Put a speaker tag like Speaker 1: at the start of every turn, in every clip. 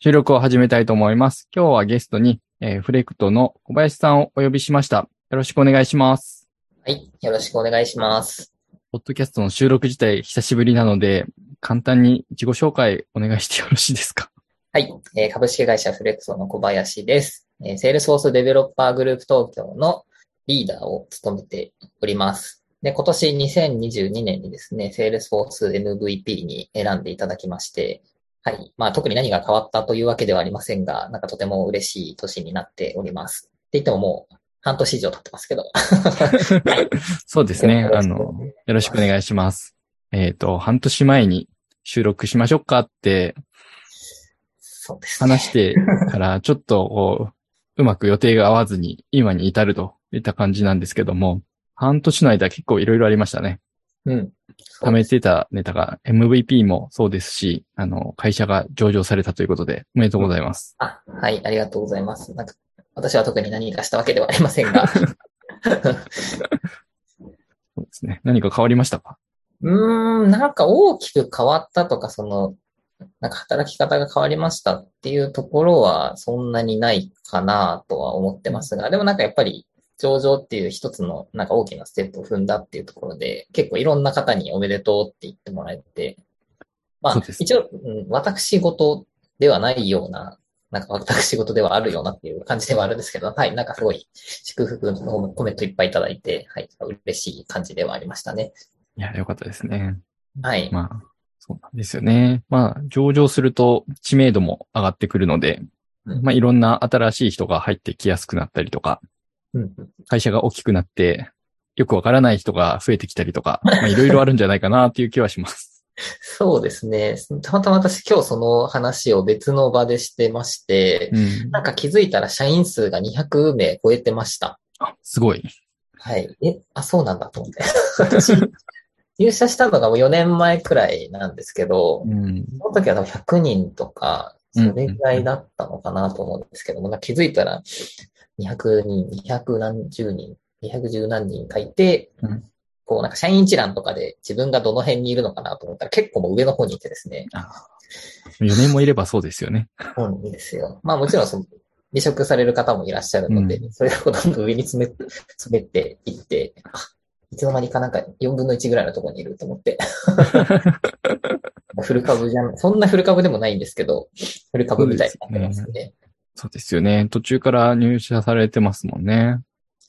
Speaker 1: 収録を始めたいと思います。今日はゲストに、えーフレクトの小林さんをお呼びしました。よろしくお願いします。
Speaker 2: はい。よろしくお願いします。
Speaker 1: ポッドキャストの収録自体久しぶりなので、簡単に自己紹介お願いしてよろしいですか
Speaker 2: はい。えー株式会社フレクソの小林です。えー、セールスフォースデベロッパーグループ東京のリーダーを務めております。で、今年2022年にですね、セールスフォース MVP に選んでいただきまして、はい。まあ、特に何が変わったというわけではありませんが、なんかとても嬉しい年になっております。って言ってももう半年以上経ってますけど。
Speaker 1: そうですね。
Speaker 2: よろ
Speaker 1: あ
Speaker 2: しく
Speaker 1: の、よろしくお願いします。えっ、と、半年前に収録しましょうかって
Speaker 2: そうですね。
Speaker 1: 話してから、ちょっとこう、うまく予定が合わずに、今に至るといった感じなんですけども、半年の間結構いろいろありましたね。
Speaker 2: うん。
Speaker 1: 貯めてたネタが MVP もそうですし、あの、会社が上場されたということで、おめでとうございます。
Speaker 2: あ、はい、ありがとうございます。なんか、私は特に何かしたわけではありませんが。
Speaker 1: そうですね。何か変わりましたか
Speaker 2: うーん、なんか大きく変わったとか、その、なんか働き方が変わりましたっていうところはそんなにないかなとは思ってますが、でもなんかやっぱり上場っていう一つのなんか大きなステップを踏んだっていうところで、結構いろんな方におめでとうって言ってもらえて、ま
Speaker 1: そう
Speaker 2: あ
Speaker 1: です
Speaker 2: 一応、うん私事ではないような、なんか私事ではあるようなっていう感じではあるんですけど、はい、なんかすごい祝福のコメントいっぱいいただいて、はい、嬉しい感じではありましたね。
Speaker 1: いや、よかったですね。
Speaker 2: はい。
Speaker 1: まあ、そうなんですよね。まあ、上場すると知名度も上がってくるので、
Speaker 2: うん
Speaker 1: まあ、いろんな新しい人が入ってきやすくなったりとか、
Speaker 2: うん
Speaker 1: 会社が大きくなって、よくわからない人が増えてきたりとか、まあ、いろいろあるんじゃないかなという気はします。
Speaker 2: そうですね。たまたま私今日その話を別の場でしてまして、
Speaker 1: うん。
Speaker 2: なんか気づいたら社員数が200名超えてました。
Speaker 1: あすごい。
Speaker 2: はい。え、あ、そうなんだと思 って。私、入社したのがもう4年前くらいなんですけど、
Speaker 1: うん。
Speaker 2: その時は多分100人とか、
Speaker 1: うん
Speaker 2: それぐらいだったのかなと思うんですけども、なんか気づいたら200人、200何十人、210何人書いて、
Speaker 1: うん
Speaker 2: こうなんか社員一覧とかで自分がどの辺にいるのかなと思ったら結構もう上の方にいてですね、
Speaker 1: 4年もいればそうですよね。
Speaker 2: 本んですよ。まあもちろんその、離職される方もいらっしゃるので、
Speaker 1: う
Speaker 2: それをどんどん上に詰め、 詰めていって、あいつの間にかなんか4分の1ぐらいのところにいると思 って。フル株じゃん。そんなフル株でもないんですけど、フル株みたいになってますね。
Speaker 1: そうですよね。途中から入社されてますもんね。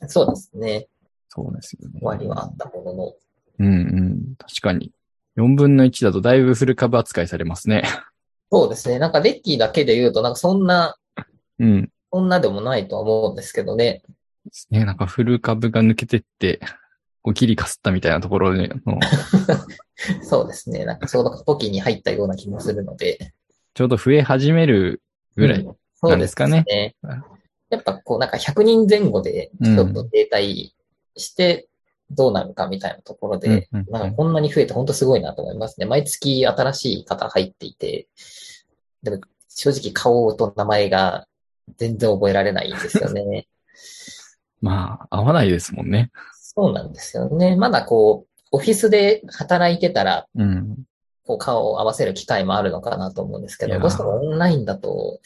Speaker 2: そうですね。
Speaker 1: そうですよね。
Speaker 2: 終わりはあったものの。
Speaker 1: うんうん。確かに。4分の1だとだいぶフル株扱いされますね。
Speaker 2: そうですね。なんかデッキだけで言うと、なんかそんな、
Speaker 1: うん。で
Speaker 2: そんなでもないとは思うんですけどね。
Speaker 1: すね。なんかフル株が抜けてって、こうギリかすったみたいなところでの、
Speaker 2: そうですね。なんかちょうど過渡期に入ったような気もするので。
Speaker 1: ちょうど増え始めるぐらい。
Speaker 2: うんそうですか
Speaker 1: なん
Speaker 2: ね。やっぱこうなんか100人前後でちょっと停滞してどうなるかみたいなところで、
Speaker 1: うんうんうん
Speaker 2: なんかこんなに増えて本当すごいなと思いますね。毎月新しい方入っていて、でも正直顔と名前が全然覚えられないんです よね。
Speaker 1: まあ、合わないですもんね。
Speaker 2: そうなんですよね。まだこう、オフィスで働いてたら、
Speaker 1: うん。
Speaker 2: こう顔を合わせる機会もあるのかなと思うんですけ
Speaker 1: いや
Speaker 2: ど、
Speaker 1: ー
Speaker 2: どうしてもオンラインだと、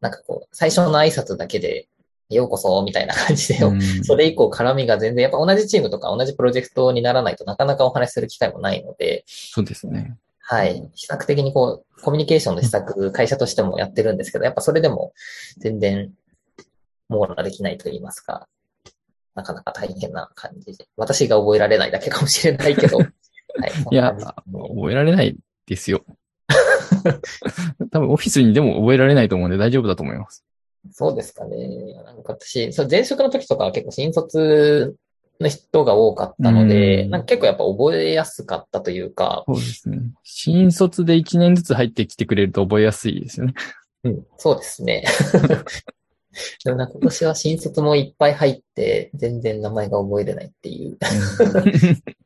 Speaker 2: なんかこう、最初の挨拶だけで、ようこそ、みたいな感じで、
Speaker 1: うん
Speaker 2: それ以降絡みが全然、やっぱ同じチームとか同じプロジェクトにならないとなかなかお話しする機会もないので、
Speaker 1: そうですね。
Speaker 2: はい。比較的にこう、コミュニケーションの施策、会社としてもやってるんですけど、やっぱそれでも全然網羅できないと言いますか、なかなか大変な感じで。私が覚えられないだけかもしれないけ ど、はい。
Speaker 1: いや、
Speaker 2: そんな感じですね
Speaker 1: 覚えられないですよ。 多分オフィスにでも覚えられないと思うんで大丈夫だと思います。
Speaker 2: そうですかね。なんか私、そう前職の時とかは結構新卒の人が多かったので、
Speaker 1: うん
Speaker 2: なんか結構やっぱ覚えやすかったというか、
Speaker 1: そうですね。新卒で1年ずつ入ってきてくれると覚えやすいですよね。
Speaker 2: うん、そうですね。 でもなんか今年は新卒もいっぱい入って、全然名前が覚えれないっていう。
Speaker 1: い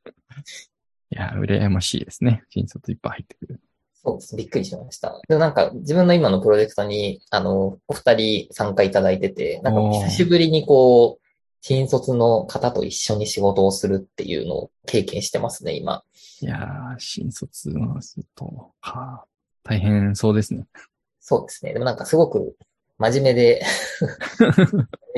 Speaker 1: や、羨ましいですね。新卒いっぱい入ってくる。
Speaker 2: そうです。びっくりしました。でもなんか自分の今のプロジェクトに、あの、お二人参加いただいてて、なんか
Speaker 1: おー
Speaker 2: 久しぶりにこう、新卒の方と一緒に仕事をするっていうのを経験してますね、今。
Speaker 1: いやー、新卒の人と、はあ大変そうですね。
Speaker 2: そうですね。でもなんかすごく真 面目で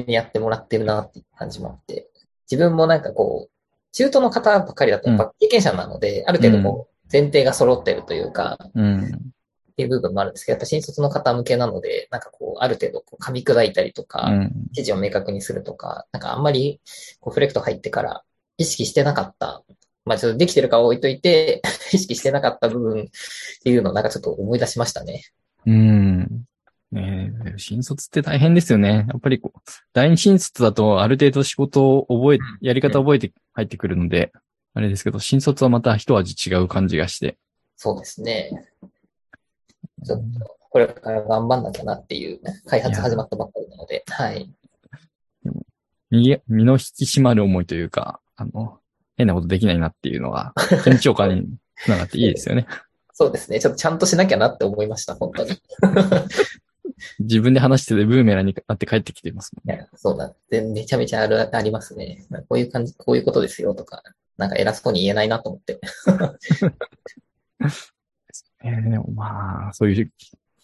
Speaker 2: やってもらってるなっていう感じもあって、自分もなんかこう、中途の方ばっかりだとやっぱ経験者なので、ある程度こう、前提が揃ってるというか、
Speaker 1: うん。
Speaker 2: っていう部分もあるんですけど、やっぱ新卒の方向けなので、なんかこう、ある程度こう噛み砕いたりとか、
Speaker 1: うん。
Speaker 2: 記事を明確にするとか、なんかあんまりこうフレクト入ってから意識してなかった、まあちょっとできてるかは置いといて、意識してなかった部分っていうのをなんかちょっと思い出しましたね。
Speaker 1: うん。ねえ、新卒って大変ですよね。やっぱりこう、第二新卒だとある程度仕事を覚え、やり方を覚えて入ってくるので、あれですけど、新卒はまた一味違う感じがして。
Speaker 2: そうですね。ちょっと、これから頑張んなきゃなっていう、開発始まったばっかりなので、はい。
Speaker 1: 身身の引き締まる思いというか、あの、変なことできないなっていうのが、緊張感につながっていいですよね。
Speaker 2: そうですね。ちょっとちゃんとしなきゃなって思いました、本当に。い
Speaker 1: 自分で話しててブーメランになって帰ってきていますもんね。
Speaker 2: やそうだ。でめちゃめちゃある、ありますね。こういう感じ、こういうことですよとか、なんか偉そうに言えないなと思って。
Speaker 1: えーでもまあ、そういう、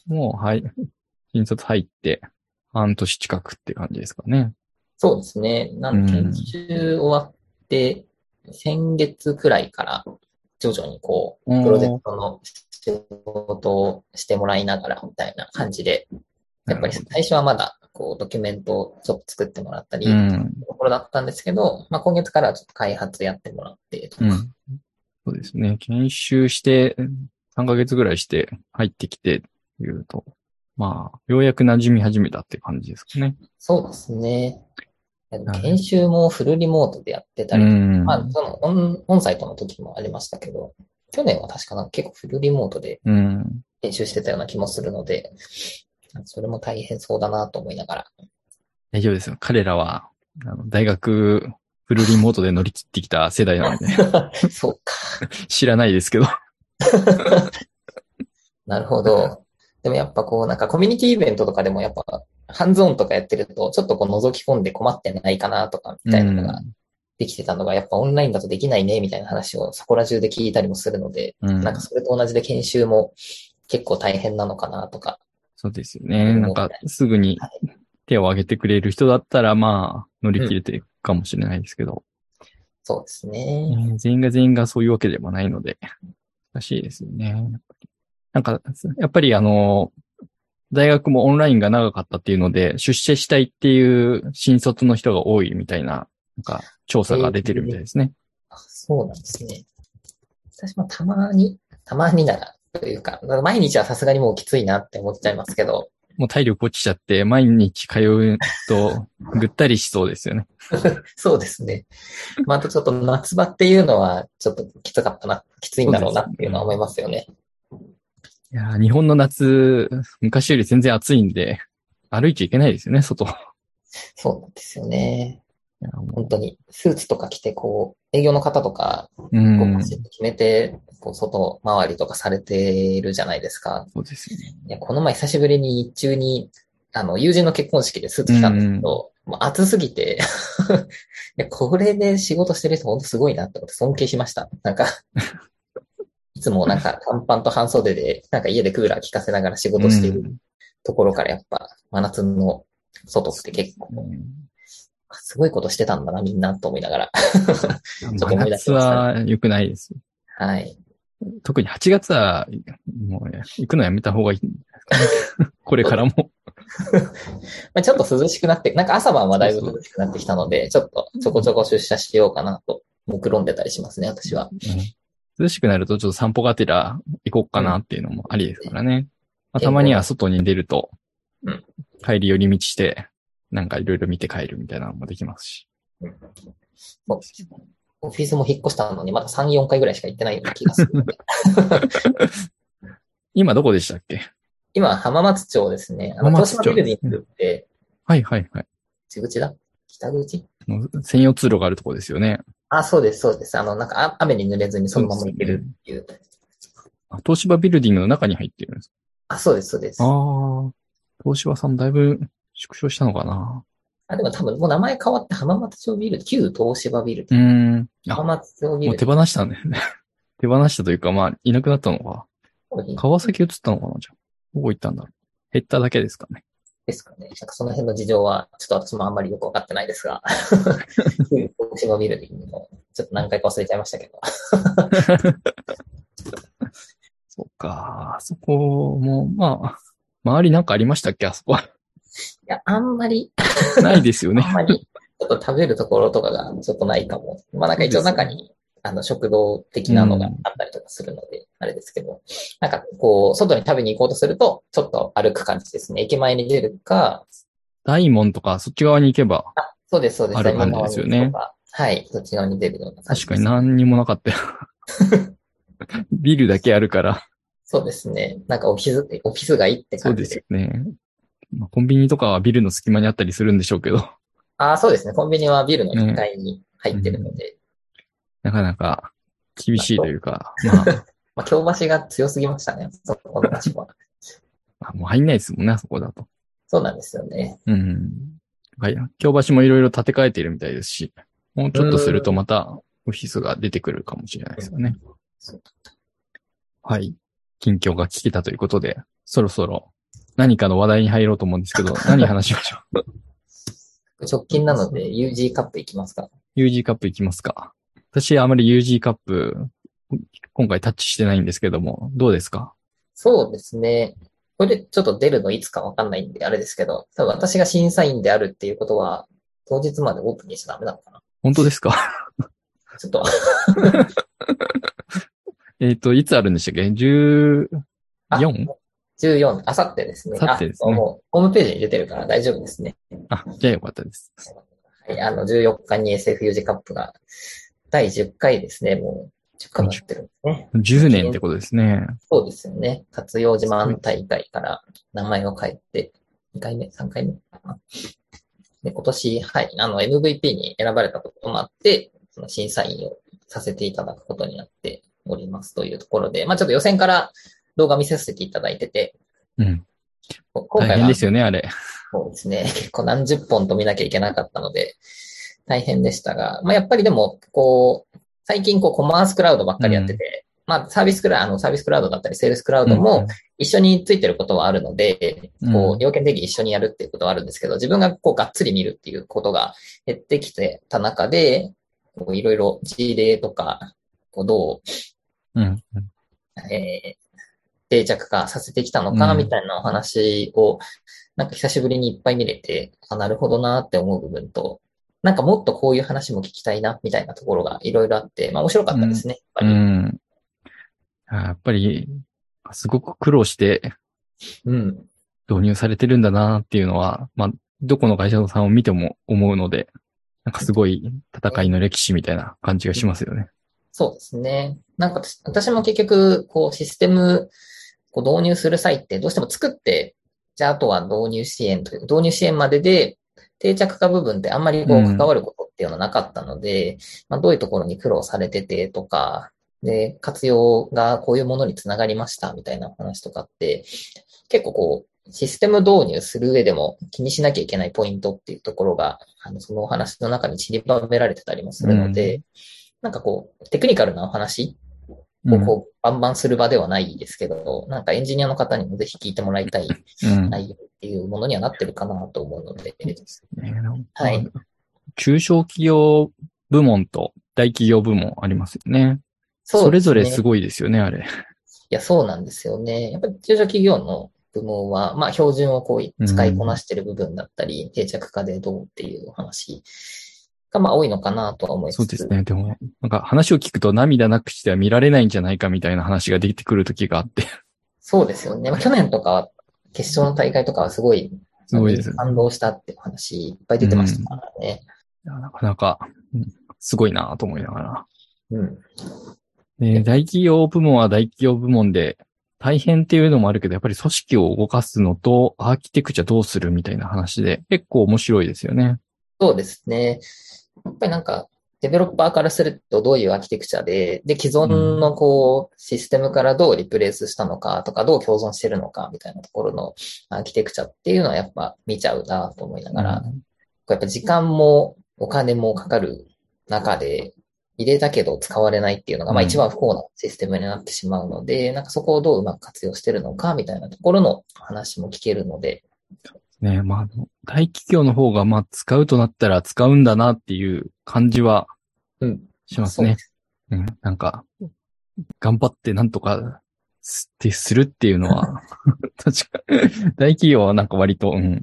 Speaker 1: もう、はい、新卒入って、半年近くって感じですかね。
Speaker 2: そうですね。なんで、
Speaker 1: うん
Speaker 2: 研修終わって、先月くらいから、徐々にこ
Speaker 1: う
Speaker 2: う、
Speaker 1: ん
Speaker 2: プロジェクトの仕事をしてもらいながらみたいな感じで、やっぱり最初はまだ、こう、ドキュメントをちょっと作ってもらったり、
Speaker 1: うん。
Speaker 2: ところだったんですけど、まあ、今月からはちょっと開発やってもらってとか、
Speaker 1: うん。そうですね。研修して、3ヶ月ぐらいして入ってきて、いうと、まあ、ようやく馴染み始めたって感じですかね。
Speaker 2: そうですね。でも
Speaker 1: はい
Speaker 2: 研修もフルリモートでやってたりとか、
Speaker 1: ん
Speaker 2: まあ、そのオン、オンサイトの時もありましたけど、去年は確かなんか結構フルリモートで
Speaker 1: うん。
Speaker 2: 研修してたような気もするので、それも大変そうだなと思いながら。
Speaker 1: 大丈夫ですよ。彼らは、あの大学、フルリモートで乗り切ってきた世代なの で、
Speaker 2: そうか。
Speaker 1: 知らないですけど。
Speaker 2: なるほど。でもやっぱこう、なんかコミュニティイベントとかでもやっぱ、ハンズオンとかやってると、ちょっとこう覗き込んで困ってないかなとか、みたいなのができてたのが、やっぱオンラインだとできないね、みたいな話をそこら中で聞いたりもするので、
Speaker 1: うん
Speaker 2: なんかそれと同じで研修も結構大変なのかなとか、
Speaker 1: そうですよね。なんか、すぐに手を挙げてくれる人だったら、まあ、乗り切れていくかもしれないですけど、
Speaker 2: そうです
Speaker 1: え
Speaker 2: ね。
Speaker 1: ー全員が全員がそういうわけでもないので、難しいですよね。なんか、やっぱりあの、大学もオンラインが長かったっていうので、出社したいっていう新卒の人が多いみたいな、なんか、調査が出てるみたいですね。
Speaker 2: あそうなんですね。私もたまに、たまになら、というか、毎日はさすがにもうきついなって思っちゃいますけど、
Speaker 1: もう体力落ちちゃって、毎日通うと、ぐったりしそうですよね。
Speaker 2: そうですね。まあ、あとちょっと夏場っていうのは、ちょっときつかったな、きついんだろうなっていうのは思いますよね。
Speaker 1: いやー日本の夏、昔より全然暑いんで、歩いちゃいけないですよね、外。い
Speaker 2: そうなんですよね。
Speaker 1: やーも
Speaker 2: 本当に、スーツとか着て、こう、営業の方とか、
Speaker 1: うう
Speaker 2: こうんパ。シッと決めて、こう外回りとかされてるじゃないですか。
Speaker 1: そうですよね。
Speaker 2: いや、この前久しぶりに日中に、あの、友人の結婚式でスーツ着たんですけど、もう暑すぎて、 いや、これで仕事してる人ほんとすごいなって思って尊敬しました。なん か、いつもなんか短パンと半袖で、なんか家でクーラー効かせながら仕事しているところからやっぱ真夏の外って結構
Speaker 1: うんうん
Speaker 2: すごいことしてたんだなみんなと思いながら。と思
Speaker 1: 真
Speaker 2: い出
Speaker 1: 夏
Speaker 2: しました
Speaker 1: は良くないです。
Speaker 2: はい。
Speaker 1: 特に8月は、もう、行くのやめた方がいい。 これからも。
Speaker 2: まあ、ちょっと涼しくなって、なんか朝晩はだいぶ涼しくなってきたので、ちょっとちょこちょこ出社しようかなと、目論んでたりしますね、私は。
Speaker 1: 涼しくなると、ちょっと散歩がてら行こうかなっていうのもありですからね。まあたまには外に出ると
Speaker 2: うん、
Speaker 1: 帰り寄り道して、なんかいろいろ見て帰るみたいなのもできますし。
Speaker 2: もうオフィスも引っ越したのに、まだ3、4回ぐらいしか行ってないような気がする ので。
Speaker 1: 今どこでしたっけ
Speaker 2: 今、浜松町ですね。あの、
Speaker 1: 浜
Speaker 2: 東
Speaker 1: 松町
Speaker 2: 島ビルディングって、
Speaker 1: はいはいはい。
Speaker 2: 口口だ北口
Speaker 1: あの専用通路があるとこですよね。
Speaker 2: あ、そうです、そうです。あの、なんかあ雨に濡れずにそのまま行けるっていう。
Speaker 1: あ東芝ビルディングの中に入ってるんです
Speaker 2: あ、そうです、そうです。
Speaker 1: か
Speaker 2: あ
Speaker 1: ああ。東芝さんだいぶ縮小したのかな
Speaker 2: でも多分もう名前変わって浜松町ビル、旧東芝ビル
Speaker 1: う
Speaker 2: ディング。
Speaker 1: ーん。
Speaker 2: 浜
Speaker 1: あ、
Speaker 2: 松町ビ
Speaker 1: もう
Speaker 2: ル
Speaker 1: 手
Speaker 2: ディング
Speaker 1: 放したんだよね。 手放したというか、まあ、いなくなったのか。
Speaker 2: の方に。
Speaker 1: 川崎移ったのかなじゃあ。どこ行ったんだろ減っただけですかね。
Speaker 2: ですかね。なんかその辺の事情は、ちょっと私もあんまりよくわかってないです が、私も見るにも、ちょっと何回か忘れちゃいましたけど。
Speaker 1: そうか、あそこも、まあ、周りなんかありましたっけあそこは。
Speaker 2: いや、あんまり、
Speaker 1: ないですよね
Speaker 2: あ。んまり、 ちょっと食べるところとかがちょっとないかも。まあなんか一応中に、あの、食堂的なのがあったりとかするので、あれですけど、なんかこう、外に食べに行こうとすると、ちょっと歩く感じですね。駅前に出るか、
Speaker 1: 大門とか、そっち側に行けば、
Speaker 2: そうです、そうです。
Speaker 1: ある感じですよね
Speaker 2: 山の方に行くとかはい、そっち側に出るような感じ
Speaker 1: 確
Speaker 2: で
Speaker 1: か
Speaker 2: す
Speaker 1: に何にもなか ったよ。ビルだけあるから、
Speaker 2: そうですね。なんかオフィス、オフィス街って
Speaker 1: そう
Speaker 2: 感
Speaker 1: で
Speaker 2: じ
Speaker 1: す
Speaker 2: で。
Speaker 1: よね。まあ、コンビニとかはビルの隙間にあったりするんでしょうけど、
Speaker 2: ああ、そうですね。コンビニはビルの1階に入ってるので、
Speaker 1: なかなか厳しいというか、 まあ、
Speaker 2: まあ、京橋が強すぎましたね。そこの場所は。
Speaker 1: あもう入んないですもんね、あそこだと。
Speaker 2: そうなんですよね。
Speaker 1: うん。はい。京橋もいろいろ建て替えているみたいですし、もうちょっとするとまたオフィスが出てくるかもしれないですよね。はい。近況が聞けたということで、そろそろ何かの話題に入ろうと思うんですけど、何話しましょう。
Speaker 2: 直近なので UG カップ行きますか
Speaker 1: UG カップいきますか。私、あまり UG カップ、今回タッチしてないんですけども、どうですか
Speaker 2: そうですね。これちょっと出るのいつかわかんないんで、あれですけど、多分私が審査員であるっていうことは、当日までオープンにしちゃダメなのかな
Speaker 1: 本当ですか
Speaker 2: ちょっと、
Speaker 1: えっと、いつあるんでしたっけ ?14?
Speaker 2: あ14、あさってですね。
Speaker 1: あさってですね
Speaker 2: あもう、ホームページに出てるから大丈夫ですね。
Speaker 1: あ、じゃあよかったです。
Speaker 2: はい、あの、14日に SFUG カップが、第10回ですね、もう、10回もやってるんですね。
Speaker 1: 10年ってことですね。
Speaker 2: そうですよね。活用自慢大会から名前を変えて、2回目、3回目かな。で、今年、はい、あの、MVP に選ばれたこともあって、その審査員をさせていただくことになっておりますというところで、まあちょっと予選から動画見させていただいてて、
Speaker 1: うん。
Speaker 2: こ今
Speaker 1: 大
Speaker 2: 回
Speaker 1: 変
Speaker 2: は
Speaker 1: ですよね、あれ。
Speaker 2: そうですね。 結構何十本と見なきゃいけなかったので、大変でしたが、まあ、やっぱりでも、こう、最近こうコマースクラウドばっかりやってて、まあサービスクラあのサービスクラウドだったりセールスクラウドも一緒についてることはあるので、
Speaker 1: うん
Speaker 2: こう、要件的に一緒にやるっていうことはあるんですけど、自分がこう、がっつり見るっていうことが減ってきてた中で、こういろいろ事例とか、こう、どう
Speaker 1: うん、うん。
Speaker 2: えー定着化させてきたのか、
Speaker 1: うん
Speaker 2: みたいなお話を、なんか久しぶりにいっぱい見れて、あ、なるほどなって思う部分と、なんかもっとこういう話も聞きたいな、みたいなところがいろいろあって、まあ面白かったですね、
Speaker 1: う
Speaker 2: やっ
Speaker 1: ん。
Speaker 2: ぱ
Speaker 1: あやっぱり、すごく苦労して
Speaker 2: り。うん。
Speaker 1: 導入されてるんだなっていうのは、まあ、どこの会社のさんを見ても思うので、なんかすごい戦いの歴史みたいな感じがしますよね。
Speaker 2: そうですね。なんか私私も結局、こうシステムこう導入する際って、どうしても作って、じゃああとは導入支援という、導入支援までで定着化部分ってあんまりこ
Speaker 1: う
Speaker 2: うん関わることっていうのはなかったので、まあどういうところに苦労されててとか、で、活用がこういうものにつながりましたみたいなお話とかって、結構こう、システム導入する上でも気にしなきゃいけないポイントっていうところが、あのそのお話の中に散りばめられてたりもするので、なんかこう、テクニカルなお話
Speaker 1: う
Speaker 2: を
Speaker 1: ん
Speaker 2: こう、バンバンする場ではないですけど、なんかエンジニアの方にもぜひ聞いてもらいたい
Speaker 1: うん。
Speaker 2: 内容っていうものにはなってるかなと思うので、
Speaker 1: ねなんか
Speaker 2: はい
Speaker 1: 中小企業部門と大企業部門ありますよね。それぞれす
Speaker 2: ご
Speaker 1: ごい
Speaker 2: い。
Speaker 1: ですよね、あれ。
Speaker 2: いや、そうなんですよね。やっぱり中小企業の部門は、まあ、標準をこう、使いこなしてる部分だったり、定着化でどうっていうお話が、まあ、多いのかなとは思いつつ。
Speaker 1: そうですね。でも、なんか話を聞くと涙なくしては見られないんじゃないかみたいな話が出てくる時があ って、
Speaker 2: そうですよね。まあ、去年とかは、決勝の大会とかはすごい、
Speaker 1: すごいです。
Speaker 2: 感動したってお話いっぱい出てましたからね。
Speaker 1: いやなかなか、うんすごいなと思いながら。
Speaker 2: うん。
Speaker 1: で大企業部門は大企業部門で、大変っていうのもあるけど、やっぱり組織を動かすのと、アーキテクチャどうするみたいな話で、結構面白いですよね。
Speaker 2: そうですね。やっぱりなんか、デベロッパーからするとどういうアーキテクチャで、で、既存のこう、システムからどうリプレイスしたのかとか、どう共存してるのかみたいなところのアーキテクチャっていうのはやっぱ見ちゃうなと思いながら、こうやっぱ時間もお金もかかる中で、入れたけど使われないっていうのが、まあ
Speaker 1: うん
Speaker 2: 一番不幸なシステムになってしまうので、なんかそこをどううまく活用してるのかみたいなところの話も聞けるので、
Speaker 1: ねまああの、大企業の方が、まあ、使うとなったら使うんだなっていう感じは
Speaker 2: うん。
Speaker 1: します
Speaker 2: そう
Speaker 1: ね
Speaker 2: で。す。
Speaker 1: うん、なんか、頑張ってなんとかすって、するっていうのは、 確か、大企業はなんか割と、うん、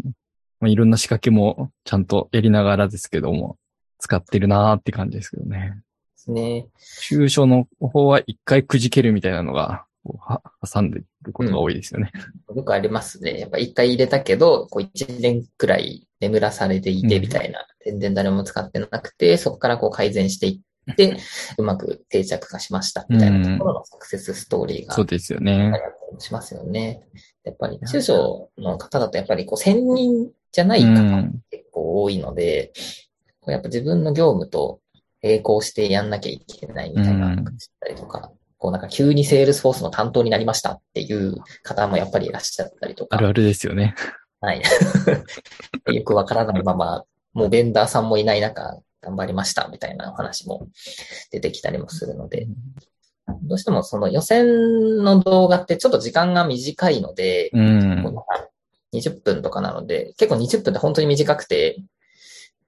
Speaker 1: まあ、いろんな仕掛けもちゃんとやりながらですけども、使ってるなーって感じですけどね。
Speaker 2: ね。
Speaker 1: 中小の方は一回くじけるみたいなのが、こうは挟んでることが多いですよね。
Speaker 2: よくありますね。やっぱ一回入れたけど、こう一年くらい眠らされていて
Speaker 1: うん
Speaker 2: みたいな、全然誰も使ってなくて、そこからこう改善していって、うまく定着化しましたみたいなところのサクセスストーリーが
Speaker 1: そうですよね。
Speaker 2: しますよね。やっぱり中小の方だとやっぱりこう専任じゃない方が
Speaker 1: うん
Speaker 2: 結構多いので、こうやっぱ自分の業務と並行してやんなきゃいけないみたいな
Speaker 1: うん
Speaker 2: だったりとか、こうなんか急にセールスフォースの担当になりましたっていう方もやっぱりいらっしゃったりと
Speaker 1: あ
Speaker 2: か
Speaker 1: る、あるですよね。
Speaker 2: はい。よくわからないまま、もうベンダーさんもいない中、頑張りましたみたいなお話も出てきたりもするので、どうしてもその予選の動画ってちょっと時間が短いので、
Speaker 1: うん。
Speaker 2: こうなんか20分とかなので、結構20分って本当に短くて、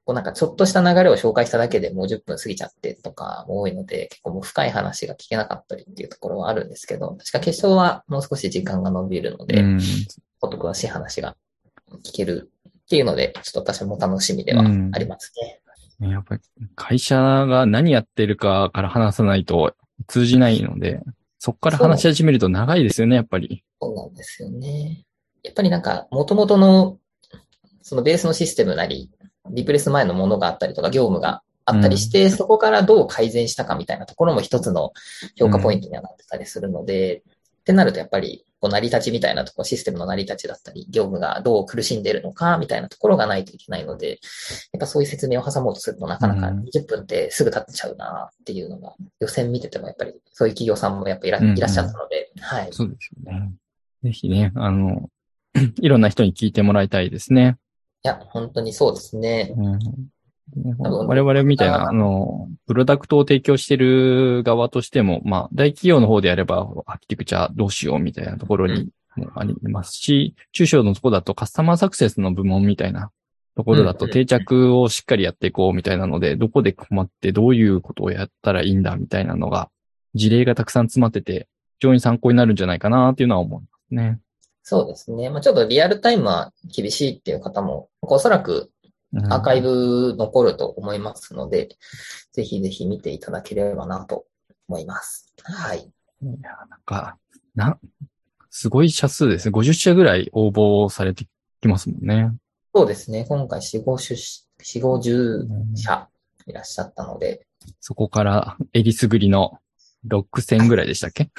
Speaker 2: こうなんかちょっとした流れを紹介しただけでもう10分過ぎちゃってとかも多いので、結構もう深い話が聞けなかったりっていうところはあるんですけど、確か決勝はもう少し時間が伸びるので、
Speaker 1: うん
Speaker 2: ちょっと詳しい話が聞けるっていうので、ちょっと私も楽しみではありますね。
Speaker 1: やっぱり会社が何やってるかから話さないと通じないので、そこから話し始めると長いですよね、やっぱり。
Speaker 2: そうなんですよね。やっぱりなんか、元々の、そのベースのシステムなり、リプレイス前のものがあったりとか、業務があったりして、そこからどう改善したかみたいなところも一つの評価ポイントにはなってたりするので、ってなるとやっぱり、こう成り立ちみたいなところ、システムの成り立ちだったり、業務がどう苦しんでるのかみたいなところがないといけないので、やっぱそういう説明を挟もうとするとなかなか
Speaker 1: うん
Speaker 2: 20分ってすぐ経っちゃうなっていうのが、予選見ててもやっぱりそういう企業さんもやっぱいら,、
Speaker 1: うん
Speaker 2: いらっしゃったので、はい。
Speaker 1: そうですよね。ぜひね、あの、 いろんな人に聞いてもらいたいですね。
Speaker 2: いや、本当にそうですね。
Speaker 1: うんね
Speaker 2: 多分
Speaker 1: 我々みたいな、あの、プロダクトを提供してる側としても、まあ、大企業の方でやれば、アーキテクチャどうしようみたいなところにもありますし、中小のとこだとカスタマーサクセスの部門みたいなところだと
Speaker 2: うん
Speaker 1: 定着をしっかりやっていこうみたいなので、どこで困ってどういうことをやったらいいんだみたいなのが、事例がたくさん詰まってて、非常に参考になるんじゃないかなっていうのは思いますね。
Speaker 2: そうですね。まあ、ちょっとリアルタイムは厳しいっていう方も、おそらく
Speaker 1: うん
Speaker 2: アーカイブ残ると思いますので、ぜひぜひ見ていただければなと思います。はい。
Speaker 1: いや、なんか、な、すごい社数ですね。50社ぐらい応募されてきますもんね。
Speaker 2: そうですね。今回4、5出資、4、5、10社いらっしゃったので、
Speaker 1: そこから、えりすぐりの6000ぐらいでしたっけ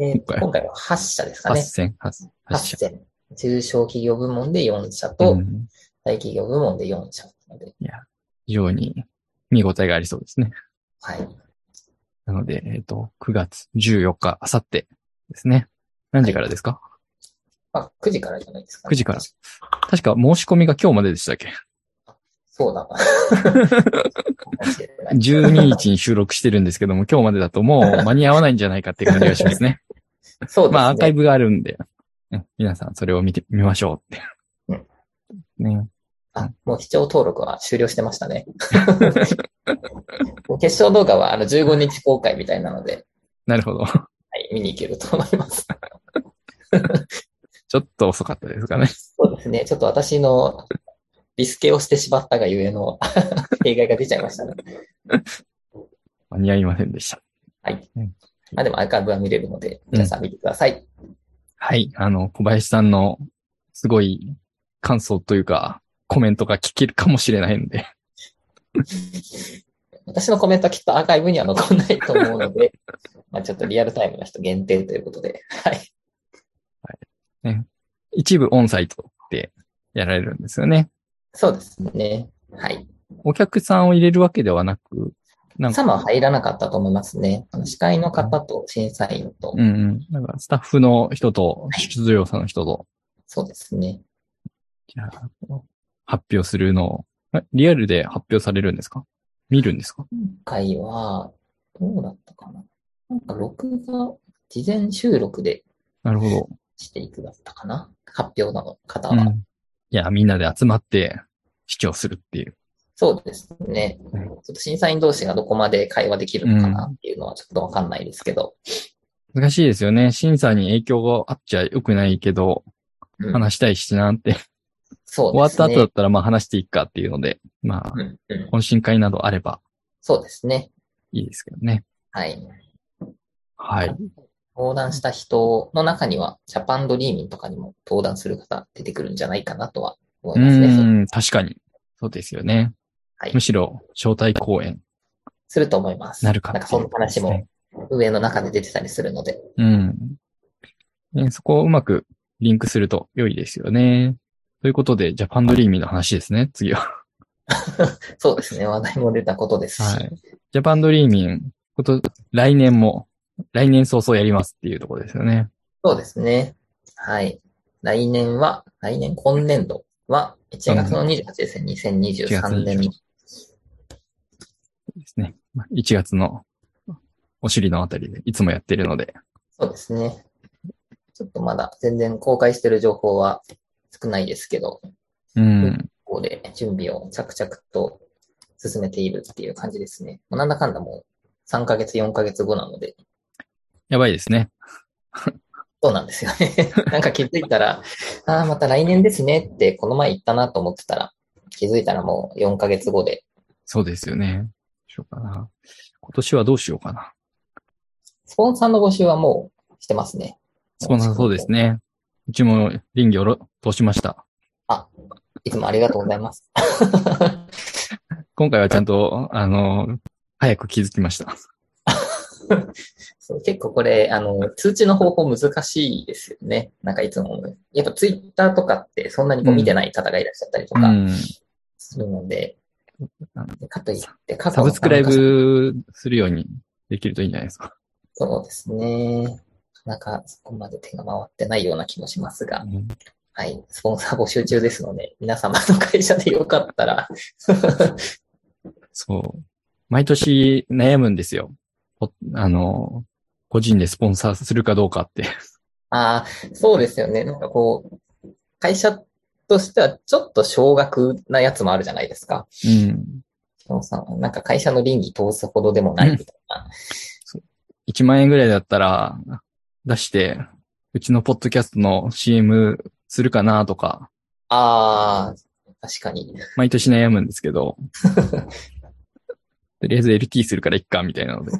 Speaker 2: えー
Speaker 1: 今回
Speaker 2: 今回は8社ですかね。
Speaker 1: ?8000、8
Speaker 2: 8
Speaker 1: 8社。
Speaker 2: 社。中小企業部門で4社と、
Speaker 1: うん、
Speaker 2: 大企業部門で4社なので、
Speaker 1: 非常に見応えがありそうですね。
Speaker 2: はい。
Speaker 1: なので、えっ、と、9月14日、あさってですね。何時からですか、
Speaker 2: まあ、9時からじゃないですか、
Speaker 1: 9時から確か申し込みが今日まででしたっけ
Speaker 2: そ うだな。かもしれない
Speaker 1: ?12 日に収録してるんですけども、今日までだともう間に合わないんじゃないかっていう感じがしますね。
Speaker 2: そうですね。
Speaker 1: まあ、アーカイブがあるんで、うん皆さんそれを見てみましょうって。ね。
Speaker 2: あ、もう視聴登録は終了してましたね。 もう決勝動画はあの15日公開みたいなので、
Speaker 1: なるほど。
Speaker 2: はい、見に行けると思います。
Speaker 1: ちょっと遅かったですか ね。
Speaker 2: そうですね。ちょっと私のリスケをしてしまったがゆえの 弊害が出ちゃいましたね。
Speaker 1: 間に合いませんでした。
Speaker 2: はい
Speaker 1: うん。
Speaker 2: まあでもアーカイブは見れるので、皆さん見てください。
Speaker 1: はい。あの、小林さんのすごい感想というか、コメントが聞けるかもしれないんで。
Speaker 2: 私のコメントはきっとアーカイブには残んないと思うので、まあちょっとリアルタイムの人限定ということで、はい。
Speaker 1: 一部オンサイトってやられるんですよね。
Speaker 2: そうですね。はい。
Speaker 1: お客さんを入れるわけではなく、なんか、
Speaker 2: サマは入らなかったと思いますね。あの司会の方と審査員と、
Speaker 1: うんうん。なんかスタッフの人と、出場者の人と、
Speaker 2: そうですね。
Speaker 1: じゃあ発表するのを、えリアルで発表されるんですか見るんですか
Speaker 2: 今回は、どうだったかな。なんか録画、事前収録で
Speaker 1: なるほど。
Speaker 2: していくだったかな。発表の方は。
Speaker 1: うん。いや、みんなで集まって視聴するっていう。
Speaker 2: そうですね。
Speaker 1: うん
Speaker 2: ちょっと審査員同士がどこまで会話できるのかなっていうのはちょっとわかんないですけど。
Speaker 1: 難しいですよね。審査に影響があっちゃ良くないけど、
Speaker 2: うん
Speaker 1: 話したいしなって。終
Speaker 2: そう
Speaker 1: わ
Speaker 2: で
Speaker 1: った
Speaker 2: すね。
Speaker 1: 後だったらまあ話していくかっていうので、まあ、
Speaker 2: うんうん、
Speaker 1: 懇親会などあれば
Speaker 2: そうですね。
Speaker 1: いいですけどね。
Speaker 2: はい。
Speaker 1: はい。
Speaker 2: 登壇した人の中には、ジャパンドリーミンとかにも登壇する方出てくるんじゃないかなとは思
Speaker 1: う
Speaker 2: いますね。
Speaker 1: ん、確かに。そうですよね。
Speaker 2: はい
Speaker 1: むしろ、招待公演
Speaker 2: すると思います。
Speaker 1: なるか
Speaker 2: なん
Speaker 1: っ
Speaker 2: か
Speaker 1: てい
Speaker 2: そうの話
Speaker 1: こと
Speaker 2: も
Speaker 1: で
Speaker 2: 上の中で出てたりするので。
Speaker 1: すね。うん、ねそこをうまくリンクすると良いですよね。ということで、ジャパンドリーミーの話ですね、次は。
Speaker 2: そうですね。話題も出たことですし。
Speaker 1: はい。ジャパンドリーミン、こと、来年も、来年早々やりますっていうところですよね。
Speaker 2: そうですね。はい。来年は、来年、今年度は、1月の28ですね、2023年に。
Speaker 1: ですね。まあ1月のお尻のあたりでいつもやってるので。
Speaker 2: そうですね。ちょっとまだ全然公開してる情報は少ないですけど、
Speaker 1: うん。
Speaker 2: ここで準備を着々と進めているっていう感じですね。もうなんだかんだもう3ヶ月、4ヶ月後なので、
Speaker 1: やばいですね。
Speaker 2: そうなんですよね。 なんか気づいたら、ああ、また来年ですねってこの前言ったなと思ってたら、気づいたらもう4ヶ月後で、
Speaker 1: そうですよね。どうしようかな。今年はどうしようかな。
Speaker 2: スポンサーの募集はもうしてますね。
Speaker 1: スポンサーそうですね。うちも林業を通しました。
Speaker 2: いつもありがとうございます。
Speaker 1: 今回はちゃんと、あの、早く気づきました。
Speaker 2: そう結構これ、あの、通知の方法難しいですよね。なんかいつも思う。やっぱツイッターとかってそんなにこう見てない方がいらっしゃったりと
Speaker 1: う
Speaker 2: か
Speaker 1: ん。
Speaker 2: するので、かといって過去
Speaker 1: サ
Speaker 2: の
Speaker 1: ブスクライ
Speaker 2: 参加者
Speaker 1: ブするようにできるといいんじゃないですか。
Speaker 2: そうですね。なかなかそこまで手が回ってないような気もしますが、
Speaker 1: うん
Speaker 2: はい。スポンサー募集中ですので、皆様の会社でよかったら、
Speaker 1: そう。毎年悩むんですよ。ほあの、個人でスポンサーするかどうかって。
Speaker 2: ああ、そうですよね。なんかこう、会社としてはちょっと少額なやつもあるじゃないですか。
Speaker 1: うん。
Speaker 2: そうさんなんか会社の倫理通すほどでもないみたいな。
Speaker 1: 1万円ぐらいだったら出して、うちのポッドキャストの CM するかなとか、
Speaker 2: ああ、確かに。
Speaker 1: 毎年悩むんですけど、とりあえず LT するからいっか、みたいなので。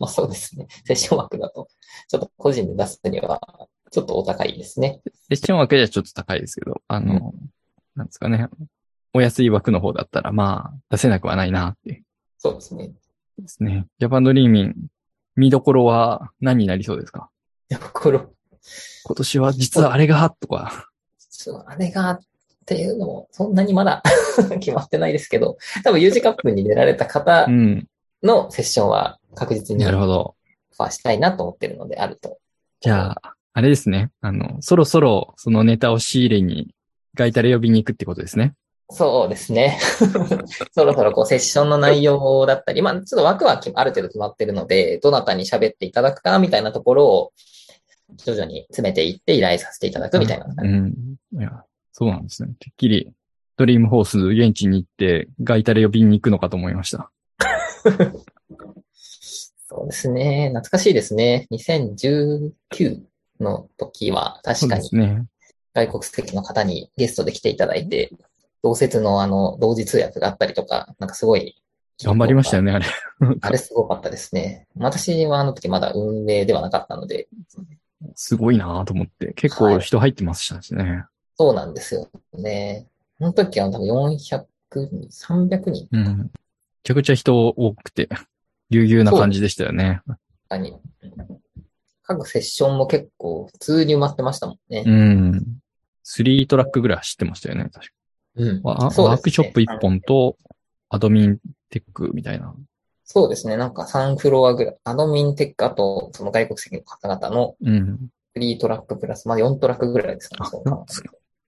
Speaker 2: まあそうですね。セッション枠だと、ちょっと個人で出すには、ちょっとお高いですね。
Speaker 1: セッション枠じゃちょっと高いですけど、あの、なんですかね。お安い枠の方だったら、まあ、出せなくはないなっていう
Speaker 2: そうですね。
Speaker 1: ですね。ジャパンドリーミン、見どころは何になりそうですか
Speaker 2: でもこれ、
Speaker 1: 今年は実はあれが、とか。
Speaker 2: 実はあれがっていうのも、そんなにまだ 決まってないですけど、多分 U 字カップに出られた方
Speaker 1: うん。
Speaker 2: のセッションは確実に
Speaker 1: なる
Speaker 2: オ
Speaker 1: ほど。
Speaker 2: ファーしたいなと思ってるのであると。
Speaker 1: じゃあ、あれですね。あの、そろそろそのネタを仕入れに、ガイタレ呼びに行くってことですね。
Speaker 2: そうですね。 そろそろこうセッションの内容だったり、まあちょっと枠はある程度決まってるので、どなたに喋っていただくかみたいなところを徐々に詰めていって依頼させていただくみたいな。
Speaker 1: うん。いや、そうなんですね。てっきり、ドリームホース現地に行って、ガイタレ呼びに行くのかと思いました。
Speaker 2: そうですね。懐かしいですね。2019の時は
Speaker 1: そ
Speaker 2: 確
Speaker 1: う
Speaker 2: か
Speaker 1: で
Speaker 2: に
Speaker 1: すね。
Speaker 2: 外国籍の方にゲストで来ていただいて、同説のあの、同時通訳があったりとか、なんかすごい。
Speaker 1: 頑張りましたよね、あ れ。
Speaker 2: あれすごかったですね。私はあの時まだ運営ではなかったので、
Speaker 1: すごいなぁと思って。結構人入ってましたしね。
Speaker 2: そうなんですよね。あの時は多分400人、300人
Speaker 1: うん。めちゃくちゃ人多くて、 ぎゅうぎゅうな感じでしたよね。
Speaker 2: かに。各セッションも結構普通に埋まってましたもんね
Speaker 1: う。ん。スリートラックぐらい走ってましたよね、確か
Speaker 2: うん。
Speaker 1: ワ
Speaker 2: そうですね
Speaker 1: ワークショップ1本と、アドミンテックみたいな。
Speaker 2: そうですね。なんか3フロアぐらい。アドミンテック、あとその外国籍の方々の
Speaker 1: うん。
Speaker 2: 3トラックプラス、まあ4トラックぐらいですかね。
Speaker 1: あ
Speaker 2: そう
Speaker 1: なんす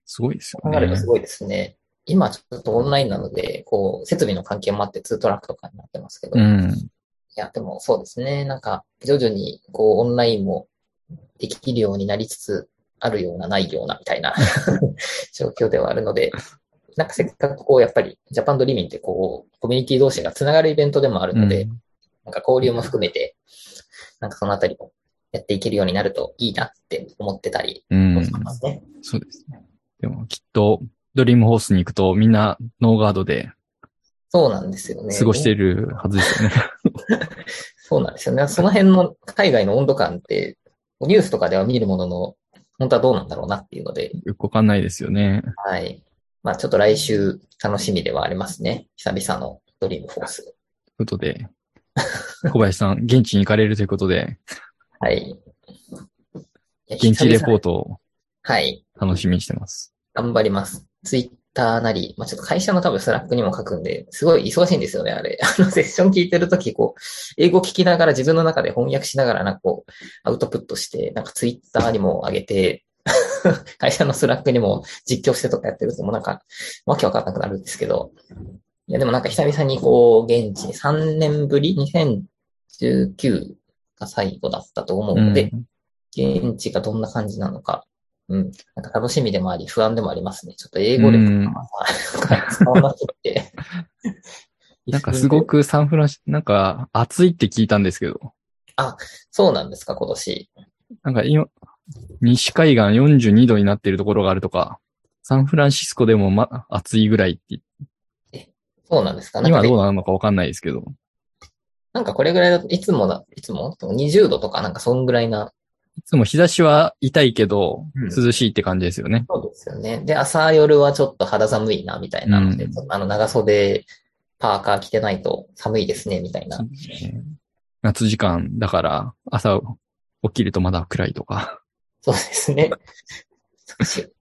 Speaker 1: すごいですよ
Speaker 2: 考えれば
Speaker 1: ね
Speaker 2: す。ごいですね。今ちょっとオンラインなので、こう、設備の関係もあって2トラックとかになってますけど、
Speaker 1: うん。
Speaker 2: や、でもそうですね。なんか、徐々に、こう、オンラインもできるようになりつつ、あるような、ないような、み たいな状況ではあるので、なんかせっかくこう、やっぱり、ジャパンドリミンってこう、コミュニティ同士がつながるイベントでもあるので、
Speaker 1: うん
Speaker 2: なんか交流も含めて、なんかそのあたりもやっていけるようになるといいなって思ってたり
Speaker 1: うん。
Speaker 2: しますね。
Speaker 1: そうですね。でもきっと、ドリームホースに行くとみんなノーガードで
Speaker 2: そうなんですよね。
Speaker 1: 過ごしているはず ですよね。
Speaker 2: そうなんですよね。その辺の海外の温度感って、ニュースとかでは見るものの、本当はどうなんだろうなっていうので、
Speaker 1: よくわかんないですよね。
Speaker 2: はい。まあちょっと来週楽しみではありますね。久々のドリームフォース。
Speaker 1: ということで、小林さん、現地に行かれるということで、
Speaker 2: はい。いや
Speaker 1: 現地レ
Speaker 2: 久
Speaker 1: ポ
Speaker 2: 々
Speaker 1: ートを
Speaker 2: はい。
Speaker 1: 楽しみにしてます。
Speaker 2: 頑張ります。ツイッターなり、まあ、ちょっと会社の多分スラックにも書くんで、すごい忙しいんですよね、あれ。 あの、セッション聞いてるとき、こう、英語聞きながら自分の中で翻訳しながら、なんかこう、アウトプットして、なんかツイッターにも上げて、 会社のスラックにも実況してとかやってると、もうなんか、わけわかんなくなるんですけど。いや、でもなんか久々にこう、現地3年ぶり ?2019 が最後だったと思うので、
Speaker 1: うん
Speaker 2: 現地がどんな感じなのか。うん。なんか楽しみでもあり、不安でもありますね。ちょっと英語力とかが、なんか伝わらなくて。
Speaker 1: なんかすご。くサンフランシ、なんか暑いって聞いたんですけど、
Speaker 2: そうなんですか、今年。
Speaker 1: なんか今、西海岸42度になっているところがあるとか、サンフランシスコでもま、暑いぐらいって、
Speaker 2: そうなんですかなんか
Speaker 1: 今
Speaker 2: ね
Speaker 1: どうなのかわかんないですけど、
Speaker 2: なんかこれぐらいだといつもだ、いつも ?20 度とかなんかそんぐらいな。
Speaker 1: いつも日差しは痛いけど
Speaker 2: うん、
Speaker 1: 涼しいって感じですよね。
Speaker 2: そうですよね。で、朝夜はちょっと肌寒いな、みたいなので、
Speaker 1: うん
Speaker 2: ちょっとあの、長袖、パーカー着てないと寒いですね、みたいな。
Speaker 1: 夏時間だから、朝起きるとまだ暗いとか、
Speaker 2: そうですね。少し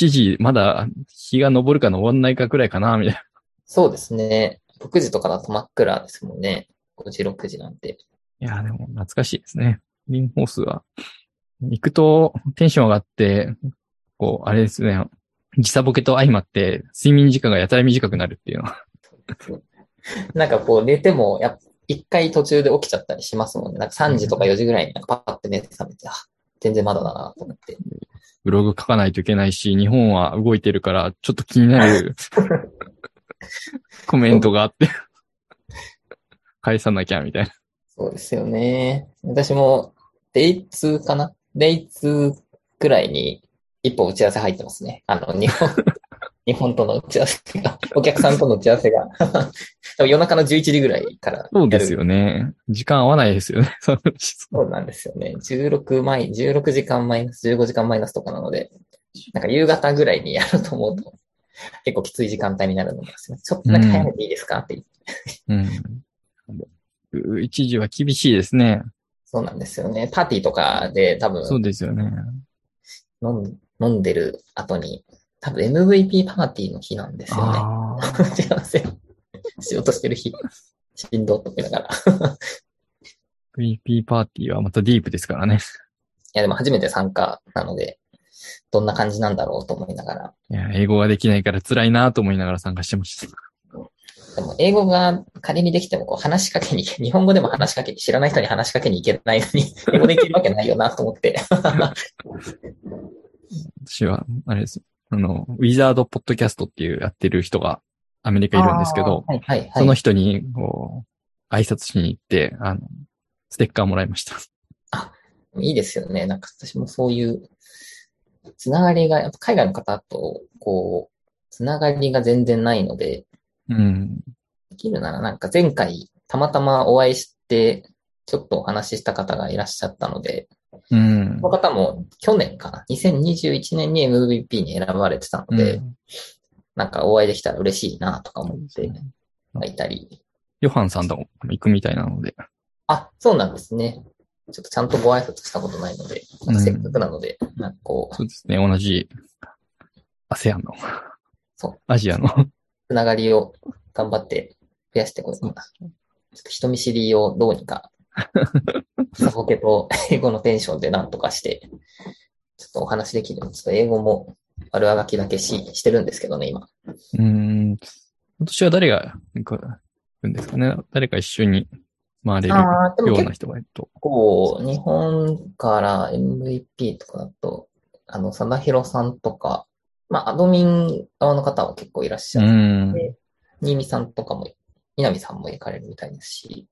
Speaker 1: 7時まだ日が昇るか昇らないかくらいかな、みたいな。
Speaker 2: そうですね。6時とかだと真っ暗ですもんね。5時、6時なんて。
Speaker 1: いやー、でも懐かしいですね。リンホースは。行くとテンション上がって、こう、あれですね。時差ボケと相まって、睡眠時間がやたら短くなるっていうのは。
Speaker 2: なんかこう寝ても、やっぱ一回途中で起きちゃったりしますもんね。なんか3時とか4時ぐらいになんかパッて目覚めて、あ、全然まだだなと思って。
Speaker 1: ブログ書かないといけないし、日本は動いてるから、ちょっと気にな るコメントがあって、返さなきゃ、みたいな。
Speaker 2: そうですよね。私も、デイ2かなデイ2くらいに一歩打ち合わせ入ってますね。あの、日 本、日本との打ち合わせが、お客さんとの打ち合わせが、 多分夜中の11時ぐらいからやる。
Speaker 1: そうですよね。時間合わないですよね。 そう
Speaker 2: そうなんですよね。16マイ、16時間マイナス、15時間マイナスとかなので、なんか夕方ぐらいにやると思うと、結構きつい時間帯になるのですね。ちょっとなんか早めていいですかって言って、
Speaker 1: うん。一時は厳しいですね。
Speaker 2: そうなんですよね。パーティーとかで多分
Speaker 1: そうですよね。
Speaker 2: 飲ん飲んでる後に、多分 MVP パーティーの日なんですよね。
Speaker 1: ああ。
Speaker 2: 幸せしようとしてる日。しんどっと思いながら。い
Speaker 1: VP パーティーはまたディープですからね。
Speaker 2: や、でも初めて参加なので、どんな感じなんだろうと思いながら。
Speaker 1: いや、英語ができないから辛いなと思いながら参加してました。
Speaker 2: でも、英語が仮にできても、こう、話しかけに、日本語でも話しかけに、知らない人に話しかけに行けないのに、英語できるわけないよなと思って。
Speaker 1: 私は、あれです。あの、ウィザードポッドキャストっていうやってる人がアメリカいるんですけど、
Speaker 2: はい、はい、はい。
Speaker 1: その人に、こう、挨拶しに行って、あの、ステッカーもらいました。
Speaker 2: いいですよね。なんか私もそういう、つながりが、やっぱ海外の方と、こう、つながりが全然ないので、
Speaker 1: うん。
Speaker 2: できるなら、なんか前回、たまたまお会いして、ちょっとお話しした方がいらっしゃったので、
Speaker 1: うん
Speaker 2: この。方も去年かな、2021年に MVP に選ばれてたので、
Speaker 1: うん
Speaker 2: なんかお会いできたら嬉しいなとか思って、いたり。
Speaker 1: ヨハンさんとも行くみたいなので。
Speaker 2: あ、そうなんですね。ちょっとちゃんとご挨拶したことないので、なんかせっかくなので、なんかこう、
Speaker 1: そうですね。同じ、ASEAN の
Speaker 2: そう、
Speaker 1: アジアの。
Speaker 2: つながりを頑張って増やしてこようかな。ちょっと人見知りをどうに か、サボケと英語のテンションでなんとかして、ちょっとお話できるようにちょっと英語も悪あがきだけししてるんですけどね、今。
Speaker 1: うーん。今年は誰が行くんですかね誰か一緒に回れるよ
Speaker 2: ああ、でも
Speaker 1: う
Speaker 2: 結
Speaker 1: な人がいると。
Speaker 2: 構、日本から MVP とかだと、あの、貞弘さんとか、まあ、アドミン側の方は結構いらっし
Speaker 1: う
Speaker 2: ゃる。
Speaker 1: ん。
Speaker 2: 新見さんとかも、南さんも行かれるみたいですし、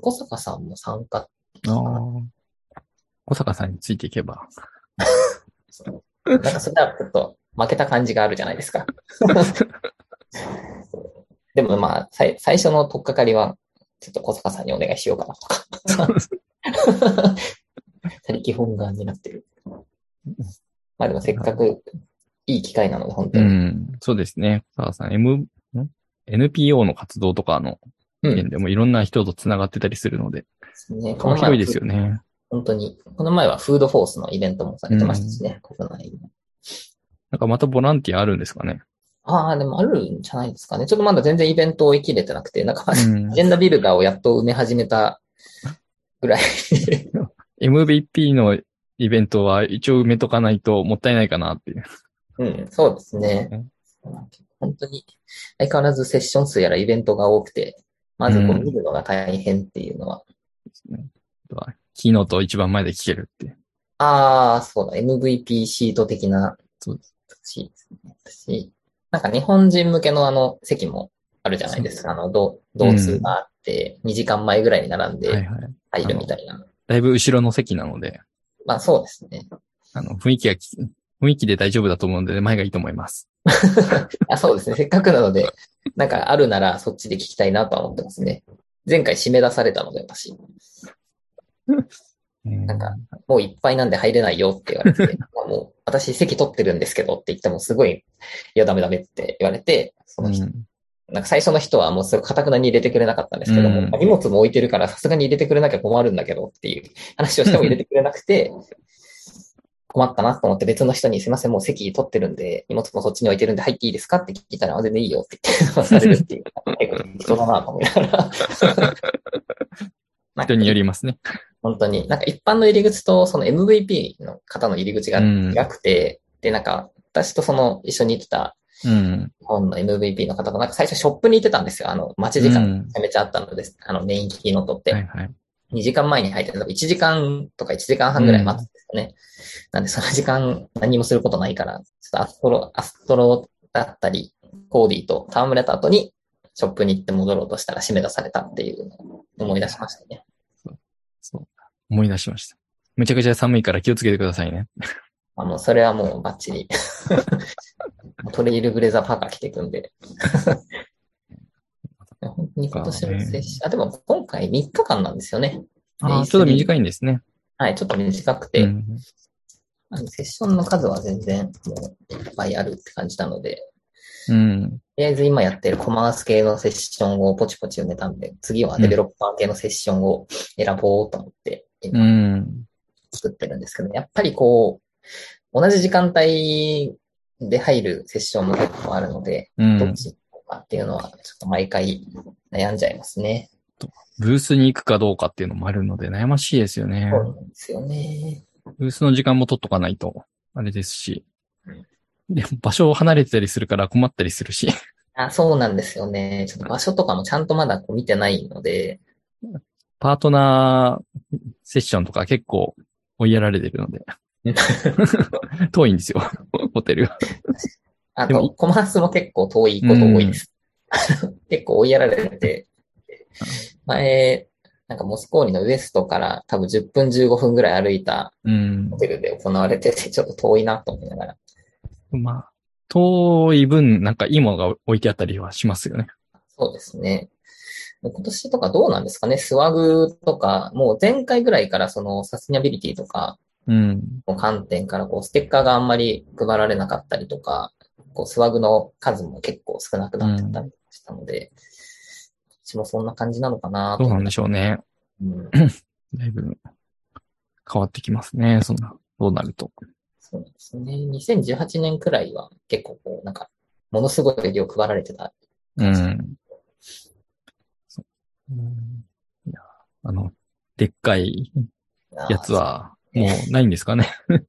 Speaker 2: 小坂さんも参加。
Speaker 1: ああ。小坂さんについていけば。
Speaker 2: なんかそれだとちょっと負けた感じがあるじゃないですか。 でもまあ、最最初の取っかかりは、ちょっと小坂さんにお願いしようかなとか。 他力本願になってる。まあでもせっかくいい機会なので、本当
Speaker 1: う
Speaker 2: に。
Speaker 1: ん。そうですね。小坂さん、M、ん NPO の活動とかの
Speaker 2: うん
Speaker 1: 件でもいろんな人と繋がってたりするので、
Speaker 2: ね、この
Speaker 1: 幅広
Speaker 2: 前
Speaker 1: いで
Speaker 2: は
Speaker 1: すよね。
Speaker 2: 本当に、この前はフードフォースのイベントもされてましたしね、国内の。
Speaker 1: なんかまたボランティアあるんですかね。
Speaker 2: ああ、でもあるんじゃないですかね。ちょっとまだ全然イベントを追い切れてなくて、なんか、
Speaker 1: う
Speaker 2: ア
Speaker 1: ん
Speaker 2: ジェンダビルダーをやっと埋め始めたぐらい。
Speaker 1: MVP のイベントは一応埋めとかないともったいないかなっていう。
Speaker 2: うん、そうですね。本当に、相変わらずセッション数やらイベントが多くて、まずこう
Speaker 1: うん
Speaker 2: 見るのが大変っていうのは。
Speaker 1: あとはキーノート一番前で聞けるっていう。
Speaker 2: ああ、そうだ、MVP シート的な、
Speaker 1: そうで
Speaker 2: しですね。私なんか日本人向けのあの席もあるじゃないですか。あの、同同通があって、2時間前ぐらいに並ん
Speaker 1: はい
Speaker 2: で
Speaker 1: はい。
Speaker 2: 入るみたいな。
Speaker 1: だいぶ後ろの席なので、
Speaker 2: まあそうですね。
Speaker 1: あの、雰囲気がき、雰囲気で大丈夫だと思うので、前がいいと思います。
Speaker 2: あ、そうですね。せっかくなので、なんかあるならそっちで聞きたいなとは思ってますね。前回締め出されたので、私。
Speaker 1: なん
Speaker 2: か、もういっぱいなんで入れないよって言われて、まあもう私席取ってるんですけどって言ってもすごい、いやダメダメって言われて、そうの人、
Speaker 1: ん。
Speaker 2: なんか最初の人はもうすごい固くなに入れてくれなかったんですけども、
Speaker 1: うん
Speaker 2: まあ荷物も置いてるからさすがに入れてくれなきゃ困るんだけどっていう話をしても入れてくれなくて、困ったなと思って別の人にすいません、もう席取ってるんで、荷物もそっちに置いてるんで入っていいですかって聞いたら、あ全然いいよって言ってされるっていう、結構人だなと思いなが ら。なん
Speaker 1: 人
Speaker 2: か
Speaker 1: によりますね。
Speaker 2: 本当に。なんか一般の入り口とその MVP の方の入り口が
Speaker 1: うん
Speaker 2: 違くて、で、なんか私とその一緒に行ってた
Speaker 1: うん。
Speaker 2: 日本の MVP の方がなんか最初ショップに行ってたんですよ。あの、待ち時間
Speaker 1: うん
Speaker 2: めちゃめちゃあったのです。あの、メインキーノートって。
Speaker 1: はいはい。
Speaker 2: 2時間前に入って、1時間とか1時間半ぐらい待つんですよね。なんで、その時間何もすることないから、ちょっとアストロ、アストロだったり、コーディと戯れた後に、ショップに行って戻ろうとしたら締め出されたっていうのを思い出しましたね。
Speaker 1: そう。思い出しました。むちゃくちゃ寒いから気をつけてくださいね。
Speaker 2: あもうそれはもうバッチリ。 トレイルブレザーパーカー着ていくんで。 本当に今年の接種、あ、でも今回3日間なんですよね。
Speaker 1: あ
Speaker 2: いい
Speaker 1: あ、
Speaker 2: っすね
Speaker 1: ちょっと短いんですね。
Speaker 2: はい、ちょっと短くて、
Speaker 1: うん。
Speaker 2: あのセッションの数は全然もういっぱいあるって感じなので、
Speaker 1: うん。
Speaker 2: とりあえず今やってるコマース系のセッションをポチポチ埋めたんで、次はデベロッパー系のセッションを選ぼうと思って、
Speaker 1: う
Speaker 2: 今
Speaker 1: ん。
Speaker 2: 作ってるんですけど、やっぱりこう、同じ時間帯で入るセッションも結構あるので、
Speaker 1: うん
Speaker 2: どっちに行こうかっていうのは、ちょっと毎回悩んじゃいますね。
Speaker 1: ブースに行くかどうかっていうのもあるので悩ましいですよね
Speaker 2: そ。うなんですよね。
Speaker 1: ブースの時間も取っとかないと、あれですし。でも場所を離れてたりするから困ったりするし。
Speaker 2: あ、そうなんですよね。ちょっと場所とかもちゃんとまだこう見てないので、
Speaker 1: パートナーセッションとか結構追いやられてるの で。遠いんですよ、ホテルが。
Speaker 2: あ
Speaker 1: でも
Speaker 2: と、コマースも結構遠いこと多いです。 結構追いやられて、前、なんかモスコーリのウエストから多分10分15分ぐらい歩いた
Speaker 1: うん
Speaker 2: ホ。テルで行われてて、ちょっと遠いなと思いながら。
Speaker 1: まあ、遠い分、なんかいいものが置いてあったりはしますよね。
Speaker 2: そうですね。今年とかどうなんですかねスワグとか、もう前回ぐらいからそのサスティナビリティとか
Speaker 1: うん。
Speaker 2: の観点からこうステッカーがあんまり配られなかったりとか、こうスワグの数も結構少なくなってたりしたので、うちもそんな感じなのかなと
Speaker 1: どうなんでしょうね。
Speaker 2: うん
Speaker 1: だいぶ変わってきますね、そんな。そうなると。
Speaker 2: そうですね。2018年くらいは結構こう、なんか、ものすごい量配られてた。
Speaker 1: うん。そううんいや、あの、でっかいやつは、もうないんですかね。
Speaker 2: あー、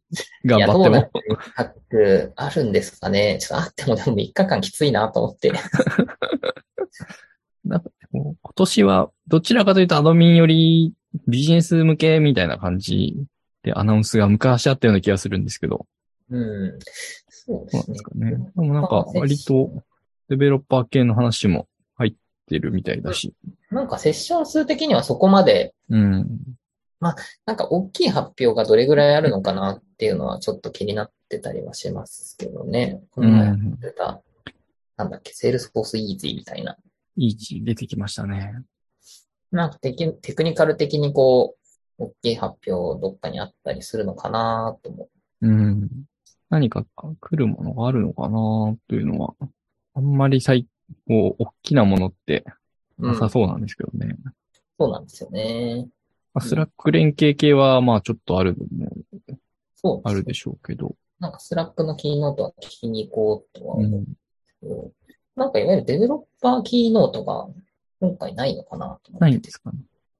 Speaker 1: 頑
Speaker 2: いや
Speaker 1: 張っても。
Speaker 2: どうなんだろうあるんですかね。ちょっとあってもでも3日間きついなと思って。
Speaker 1: なんかもう今年は、どちらかというとアドミンよりビジネス向けみたいな感じでアナウンスが昔あったような気がするんですけど、
Speaker 2: うん。そ
Speaker 1: そ
Speaker 2: う
Speaker 1: う
Speaker 2: で
Speaker 1: なん
Speaker 2: す
Speaker 1: で
Speaker 2: ね
Speaker 1: すかね。でもなんか、割とデベロッパー系の話も入ってるみたいだし、
Speaker 2: なんかセッション数的にはそこまで、
Speaker 1: うん。
Speaker 2: なんか大きい発表がどれぐらいあるのかなっていうのはちょっと気になってたりはしますけどね。こ
Speaker 1: う
Speaker 2: の前やっ
Speaker 1: ん。
Speaker 2: てた、なんだっけ、セールスフォースイージーみたいな。
Speaker 1: いい字出てきましたね。
Speaker 2: なんかテキテクニカル的にこう、大きい発表どっかにあったりするのかなと思
Speaker 1: うん。何か来るものがあるのかなというのは、あんまり最こう大きなものって
Speaker 2: う。う、
Speaker 1: なんさ
Speaker 2: そ
Speaker 1: そうなんですけどね。
Speaker 2: うなんですよね。
Speaker 1: まあスラック連携系は、まあちょっとあるのも
Speaker 2: そうです
Speaker 1: あるでしょうけど。
Speaker 2: なんかスラックのキーノートは聞きに行こうとは
Speaker 1: う
Speaker 2: 思うん
Speaker 1: ん。
Speaker 2: けど、なんかいわゆるデベロッパーキーノートが今回ないのかなと思って
Speaker 1: ないんですかね。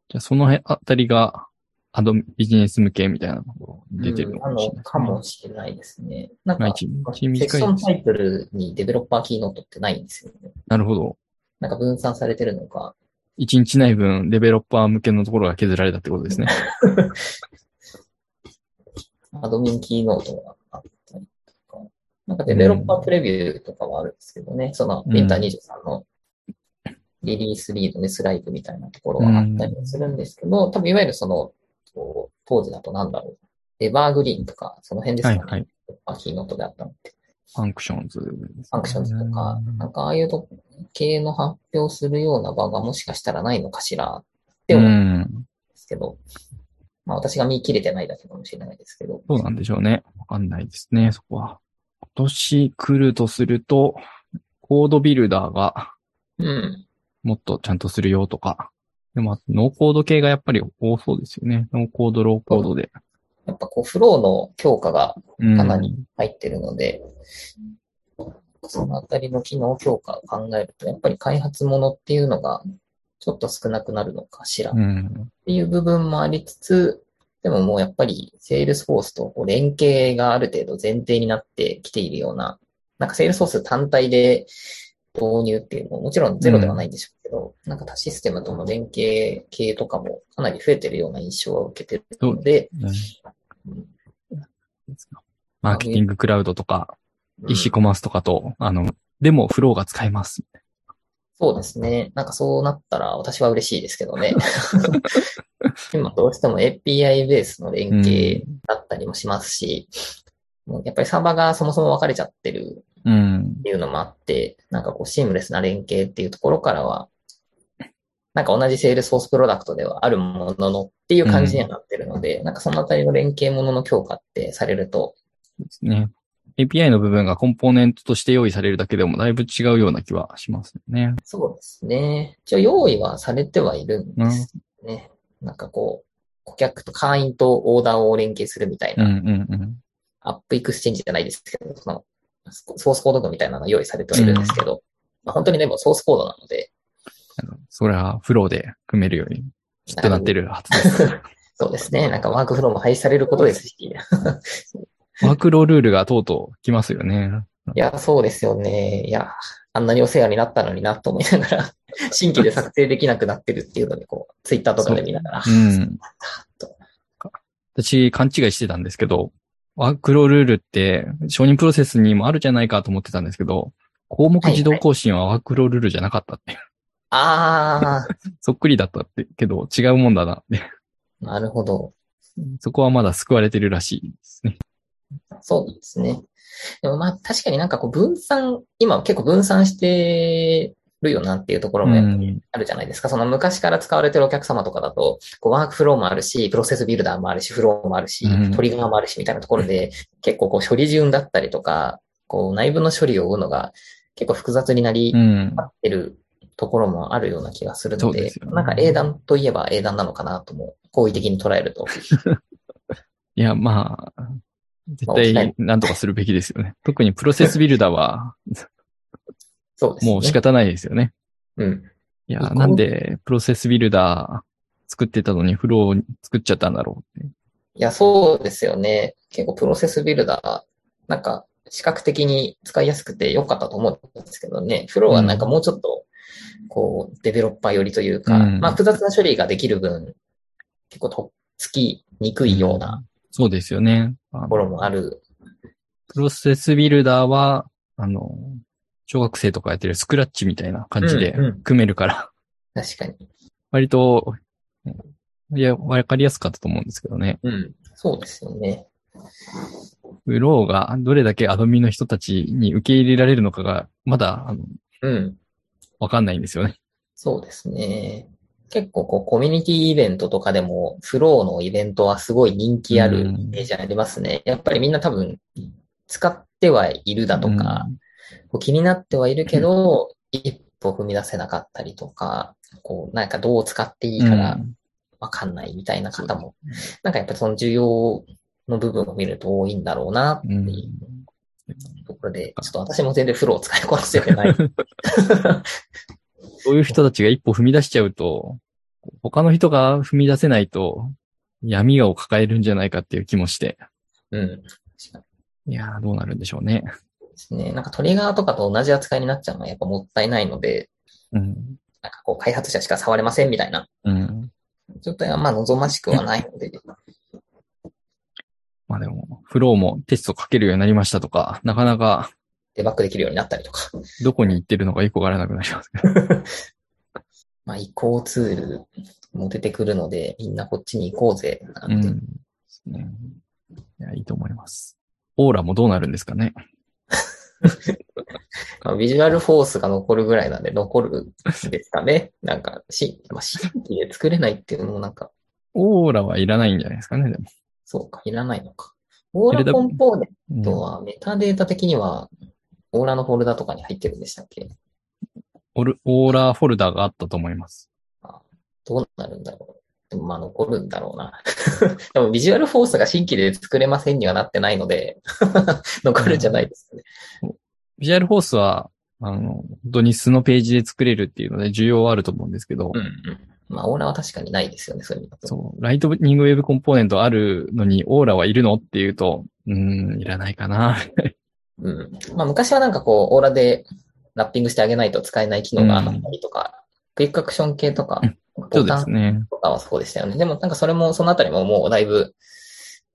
Speaker 1: じゃあその辺あたりが、アドビジネス向けみたいなところに出てるのかもしれ
Speaker 2: う
Speaker 1: な
Speaker 2: んあの
Speaker 1: い。
Speaker 2: かもしれないですね。なん
Speaker 1: まあ
Speaker 2: か、
Speaker 1: 一日短
Speaker 2: セ
Speaker 1: い
Speaker 2: ク
Speaker 1: です
Speaker 2: ションタイトルにデベロッパーキーノートってないんですよね。
Speaker 1: なるほど。
Speaker 2: なんか分散されてるのか。
Speaker 1: 一日ない分、デベロッパー向けのところが削られたってことですね。
Speaker 2: アドミンキーノートがあったりとか。なんかデベロッパープレビューとかはあるんですけどね。その、ウィンター23のリリースリードネスライブみたいなところはあったりはするんですけど、多分いわゆるその、こう当時だとなんだろう。エバーグリーンとか、その辺です
Speaker 1: は
Speaker 2: かね。
Speaker 1: いはい。
Speaker 2: デベロッパーキーノートであったのって。
Speaker 1: ファンクションズですね、
Speaker 2: ファンクションズとか、なんかああいうと系の発表するような場がもしかしたらないのかしらって
Speaker 1: う
Speaker 2: 思うんで
Speaker 1: ん。
Speaker 2: すけど、まあ私が見切れてないだけかもしれないですけど、
Speaker 1: どうなんでしょうね。わかんないですね、そこは。今年来るとすると、コードビルダーが
Speaker 2: うん。
Speaker 1: もっとちゃんとするよとか。でも、ノーコード系がやっぱり多そうですよね。ノーコード、ローコードで。
Speaker 2: やっぱこうフローの強化が
Speaker 1: うん
Speaker 2: かなり入ってるので、そのあたりの機能強化を考えると、やっぱり開発ものっていうのがちょっと少なくなるのかしらっ
Speaker 1: うん。
Speaker 2: ていう部分もありつつ、でももうやっぱり、セールスフォースとこう連携がある程度前提になってきているような、なんかセールスフォース単体で導入っていうのももちろんゼロではないんでしょうけど、なんか他システムとの連携系とかもかなり増えてるような印象を受けてるので、
Speaker 1: ねマーケティングクラウドとか、
Speaker 2: うん
Speaker 1: EC コマースとかと、あの、でもフローが使えます。
Speaker 2: そうですね。なんかそうなったら私は嬉しいですけど ね。今どうしても API ベースの連携だったりもしますし、もうやっぱりサーバーがそもそも分かれちゃってる
Speaker 1: うん
Speaker 2: っ。ていうのもあって、なんかこうシームレスな連携っていうところからは、なんか同じセールスフォースプロダクトではあるもののっていう感じにはなってるので、なんかそのあたりの連携ものの強化ってされると、
Speaker 1: ですね。API の部分がコンポーネントとして用意されるだけでもだいぶ違うような気はしますよね。
Speaker 2: そうですね。一応用意はされてはいるんですね。なんかこう、顧客と会員とオーダーを連携するみたい
Speaker 1: うん
Speaker 2: な、
Speaker 1: うんうん。
Speaker 2: アップエクスチェンジじゃないですけど、その、ソースコード群みたいなのが用意されてはいるんですけど、まあ、本当にでもソースコードなので、
Speaker 1: それはフローで組めるようにきっとなってるはずです。
Speaker 2: そうですね。なんかワークフローも廃止されることですし、
Speaker 1: ワークロールールがとうとう来ますよね。
Speaker 2: いや、そうですよね。いや、あんなにお世話になったのになと思いなが ら、新規で作成できなくなってるっていうのに、こう、ツイッターとかで見ながら、
Speaker 1: うん。
Speaker 2: と
Speaker 1: 私、勘違いしてたんですけど、ワークロールールって承認プロセスにもあるじゃないかと思ってたんですけど、項目自動更新はワークロールールじゃなかったって いう。
Speaker 2: あ
Speaker 1: そっくりだったって、けど違うもんだなって。
Speaker 2: ー、なるほど。
Speaker 1: そこはまだ救われてるらしいですね。
Speaker 2: そうなんですね。でもまあ、確かになんかこう、分散、今結構分散してるよなっていうところもやっぱり
Speaker 1: うん
Speaker 2: あるじゃないですか。その昔から使われてるお客様とかだと、こうワークフローもあるし、プロセスビルダーもあるし、フローもあるし
Speaker 1: うん、
Speaker 2: トリガーもあるし、みたいなところで、結構こう処理順だったりとか、こう内部の処理を追うのが結構複雑になり、
Speaker 1: うん
Speaker 2: 合。ってるところもあるような気がする
Speaker 1: そ
Speaker 2: の
Speaker 1: うで、
Speaker 2: です
Speaker 1: よね
Speaker 2: なんか英断といえば英断なのかなとも、好意的に捉えると。
Speaker 1: いや、まあ、絶対なんとかするべきですよね。特にプロセスビルダーは
Speaker 2: そうですね。
Speaker 1: もう仕方ないですよね。
Speaker 2: うん。
Speaker 1: いや、
Speaker 2: 移行
Speaker 1: なんでプロセスビルダー作ってたのにフロー作っちゃったんだろうって。
Speaker 2: いや、そうですよね。結構プロセスビルダー、なんか視覚的に使いやすくて良かったと思うんですけどね。フローはなんかもうちょっとこう、デベロッパー寄りというか、
Speaker 1: うん
Speaker 2: まあ、複雑な処理ができる分、結構とっつきにくいような
Speaker 1: そうですよね。あの
Speaker 2: ところもある。
Speaker 1: プロセスビルダーは、あの、小学生とかやってるスクラッチみたいな感じで
Speaker 2: うんうん
Speaker 1: 組めるから、
Speaker 2: 確かに。
Speaker 1: 割と、いや、わかりやすかったと思うんですけどね。
Speaker 2: うん。そうですよね。
Speaker 1: ウローがどれだけアドミンの人たちに受け入れられるのかが、まだ、あの、
Speaker 2: うん。
Speaker 1: わかんないんですよね。
Speaker 2: そうですね。結構こう、コミュニティイベントとかでも、フローのイベントはすごい人気ある
Speaker 1: うん
Speaker 2: イメージありますね。やっぱりみんな多分、使ってはいるだとか、こう気になってはいるけど、一歩踏み出せなかったりとか、こう、なんかどう使っていい
Speaker 1: うん、
Speaker 2: か
Speaker 1: う
Speaker 2: ら
Speaker 1: ん
Speaker 2: わかんないみたいな方も、なんかやっぱりその需要の部分を見ると多いんだろうな、っていうところで、ちょっと私も全然フローを使いこなせ てない。
Speaker 1: そういう人たちが一歩踏み出しちゃうと、他の人が踏み出せないと、闇を抱えるんじゃないかっていう気もして。
Speaker 2: うん。
Speaker 1: いやー、どうなるんでしょうね。
Speaker 2: ですね。なんかトリガーとかと同じ扱いになっちゃうのはやっぱもったいないので、
Speaker 1: うん。
Speaker 2: なんかこう開発者しか触れませんみたいな
Speaker 1: うん。
Speaker 2: 状態はまあ望ましくはないので、
Speaker 1: まあでも、フローもテストかけるようになりましたとか、なかなか
Speaker 2: デバッグできるようになったりとか、
Speaker 1: どこに行ってるのかよくわからなくなりますけど。
Speaker 2: まあ移行ツールも出てくるので、みんなこっちに行こうぜ、な
Speaker 1: うんん。
Speaker 2: て
Speaker 1: ですね。いや、いいと思います。オーラもどうなるんですかね。
Speaker 2: まあビジュアルフォースが残るぐらいなんで、残るですかね。 なんか、し、まあ、新規で作れないっていうのもなんか、
Speaker 1: オーラはいらないんじゃないですかね、でも
Speaker 2: そうか、いらないのか。オーラコンポーネ
Speaker 1: う
Speaker 2: ン
Speaker 1: ん
Speaker 2: トは、メタデータ的には、オーラのフォルダとかに入ってるんでしたっけ
Speaker 1: オルオーラフォルダがあったと思います。
Speaker 2: どうなるんだろう。でも、まあ、残るんだろうな。 でも、ビジュアルフォースが新規で作れませんにはなってないので、 残るんじゃないですかね。
Speaker 1: ビジュアルフォースは、あの、本当に素のページで作れるっていうので需要はあると思うんですけど、
Speaker 2: うんうん。まあ、オーラは確かにないですよね、そういう意味だと。
Speaker 1: そう、ライトニングウェブコンポーネントあるのにオーラはいるのっていうと、うーん、いらないかな。
Speaker 2: うん。まあ、昔はなんかこう、オーラでラッピングしてあげないと使えない機能があったりとか、クイックアクション系とか
Speaker 1: うん、そ
Speaker 2: ボ
Speaker 1: うで
Speaker 2: タ
Speaker 1: す
Speaker 2: ン
Speaker 1: ね。
Speaker 2: とかはそうでしたよね。でもなんかそれも、そのあたりももうだいぶ、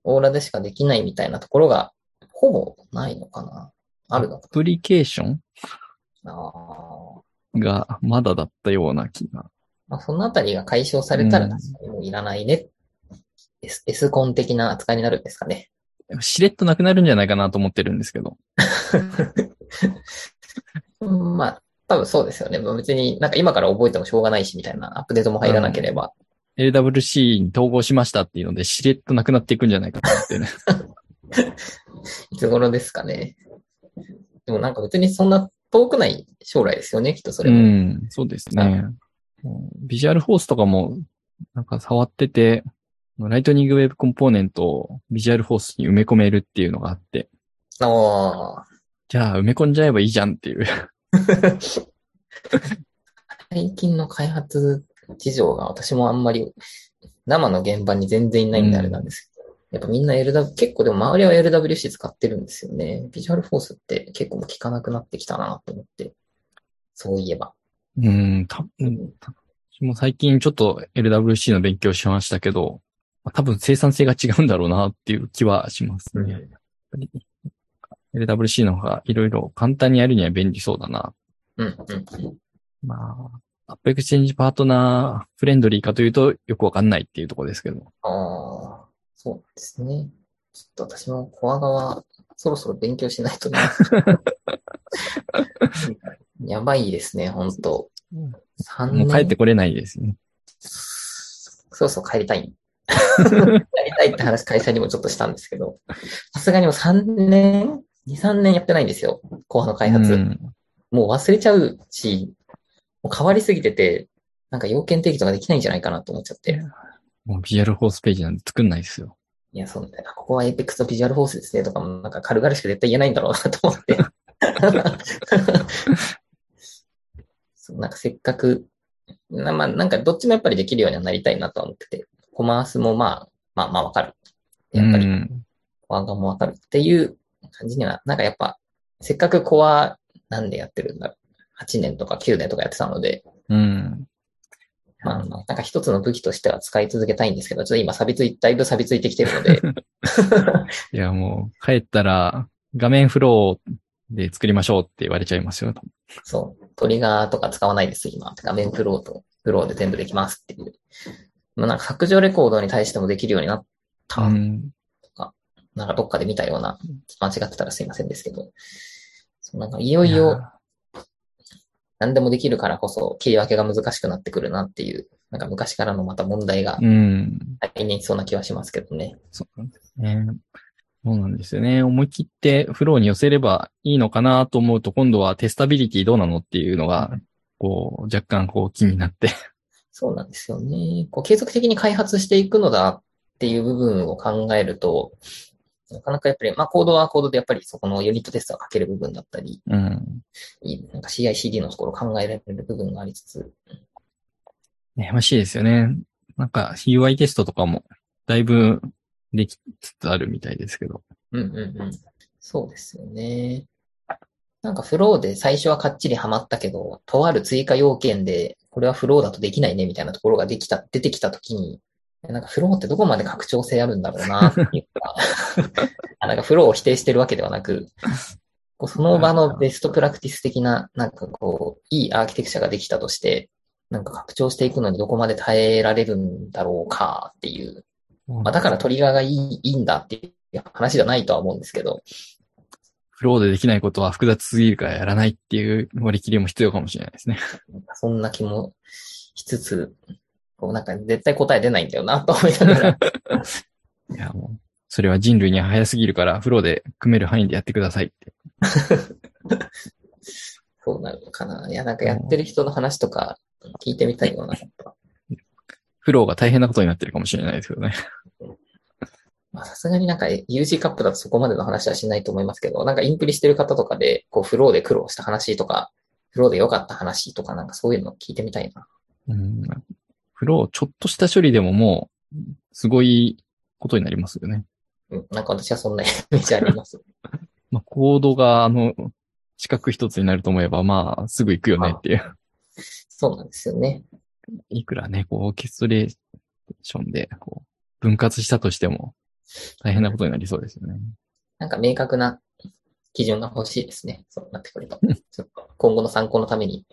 Speaker 2: オーラでしかできないみたいなところが、ほぼないのかな。あるの
Speaker 1: ア
Speaker 2: か
Speaker 1: プリケーショ
Speaker 2: な。
Speaker 1: ンがまだだったような気が。
Speaker 2: まあ、そのあたりが解消された
Speaker 1: う
Speaker 2: ら
Speaker 1: ん
Speaker 2: 確かにもういらないね。S, S コン的な扱いになるんですかね。
Speaker 1: しれっとなくなるんじゃないかなと思ってるんですけど。
Speaker 2: うん まあ、多分そうですよね。まあ別になんか今から覚えてもしょうがないしみたいなアップデートも入らなければ
Speaker 1: LWC に統合しましたっていうので、しれっとなくなっていくんじゃないかなってね。
Speaker 2: いつ頃ですかね。でもなんか別にそんな遠くない将来ですよね、きっとそ
Speaker 1: う
Speaker 2: れも。
Speaker 1: ん、そうですね。もうビジュアルフォースとかも、なんか触ってて、ライトニングウェブコンポーネントをビジュアルフォースに埋め込めるっていうのがあって、
Speaker 2: あ
Speaker 1: じゃあ埋め込んじゃえばいいじゃんっていう。
Speaker 2: ー最近の開発事情が私もあんまり生の現場に全然いないんであれなんですけど、やっぱみんな LW、結構でも周りは LWC 使ってるんですよね。ビジュアルフォースって結構もう効かなくなってきたなと思って、そういえば。
Speaker 1: うん、たうんた私も最近ちょっと LWC の勉強しましたけど、まあ多分生産性が違うんだろうなっていう気はしますね。やっぱり LWC の方がいろいろ簡単にやるには便利そうだな
Speaker 2: うん、うん、うん。
Speaker 1: まあ、アップエクスチェンジパートナーフレンドリーかというとよくわかんないっていうところですけど。
Speaker 2: ああ、そうなんですね。ちょっと私もコア側、そろそろ勉強しない とな。やばいですね、本当
Speaker 1: うん
Speaker 2: 3年。
Speaker 1: もう帰ってこれないですよね。
Speaker 2: そうそう、帰りたい。帰りたいって話、会社にもちょっとしたんですけど、さすがにもう3年 ?2、3年やってないんですよ。後半の開発。
Speaker 1: うん
Speaker 2: もう忘れちゃうし、もう変わりすぎてて、なんか要件定義とかできないんじゃないかなと思っちゃって。
Speaker 1: もう BR ホースページなんて作んないですよ。
Speaker 2: いや、そうなんだよな。ここはエイペックスとビジュアルフォースですねとかも、なんか軽々しく絶対言えないんだろうなと思って。 そうなんかせっかく、なまあ、なんかどっちもやっぱりできるようにはなりたいなとは思ってて、コマースもまあ、まあまあわかる。やっぱ
Speaker 1: う
Speaker 2: り、
Speaker 1: ん
Speaker 2: コアがもわかるっていう感じには、なんかやっぱ、せっかくコアなんでやってるんだろう。 8年とか9年とかやってたので、
Speaker 1: うん。
Speaker 2: まあ、まあなんか一つの武器としては使い続けたいんですけど、ちょっと今錆びつい、だいぶ錆びついてきてる ので、
Speaker 1: いや、もう、帰ったら、画面フローで作りましょうって言われちゃいますよ。
Speaker 2: そう、トリガーとか使わないです、今。画面フローと、フローで全部できますっていう。まあ、なんか削除レコードに対してもできるようになった、
Speaker 1: うん。
Speaker 2: なんかどっかで見たような、間違ってたらすいませんですけど、そうなんかいよいよ何でもできるからこそ、切り分けが難しくなってくるなっていう、なんか昔からのまた問題が
Speaker 1: いや。うん。
Speaker 2: 来年そうな気はしますけどね。
Speaker 1: そうなんですね。そうなんですよね。思い切ってフローに寄せればいいのかなと思うと、今度はテスタビリティどうなのっていうのが、こう、若干こう気になって。
Speaker 2: そうなんですよね。こう継続的に開発していくのだっていう部分を考えると、なかなかやっぱり、まあコードはコードでやっぱりそこのユニットテストが書ける部分だったり、
Speaker 1: うん。
Speaker 2: なんか CICD のところを考えられる部分がありつつ、
Speaker 1: 悩ましいですよね。なんか UI テストとかも、だいぶできつつあるみたいですけど。
Speaker 2: うんうんうん。そうですよね。なんかフローで最初はかっちりハマったけど、とある追加要件で、これはフローだとできないねみたいなところができた、出てきたときに、なんかフローってどこまで拡張性あるんだろうなっていう か、あなんかフローを否定してるわけではなく、こうその場のベストプラクティス的な、なんかこう、いいアーキテクチャができたとして、なんか拡張していくのにどこまで耐えられるんだろうかっていうまあ、だからトリガーがいいいいんだっていう話じゃないとは思うんですけど、
Speaker 1: フローでできないことは複雑すぎるからやらないっていう割り切りも必要かもしれないですね。
Speaker 2: なんかそんな気もしつつ、こうなんか絶対答え出ないんだよなと思いながら、
Speaker 1: いや、もう、それは人類には早すぎるから、フローで組める範囲でやってくださいって。
Speaker 2: そうなるのかな。いや、なんかやってる人の話とか聞いてみたいような。
Speaker 1: フローが大変なことになってるかもしれないですけどね。
Speaker 2: まあさすがになんか UG カップだとそこまでの話はしないと思いますけど、なんかインプリしてる方とかで、こうフローで苦労した話とか、フローで良かった話とかなんかそういうの聞いてみたいな。
Speaker 1: うんフロー、ちょっとした処理でももう、すごいことになりますよね。
Speaker 2: うん、なんか私はそんなイメージあります。
Speaker 1: まあ、コードが、あの、四角一つになると思えば、まあ、すぐ行くよねっていう。
Speaker 2: そうなんですよね。
Speaker 1: いくらね、こう、オーケストレーションで、こう、分割したとしても、大変なことになりそうですよね。
Speaker 2: なんか明確な基準が欲しいですね。そうなってくると。ちょっと今後の参考のために。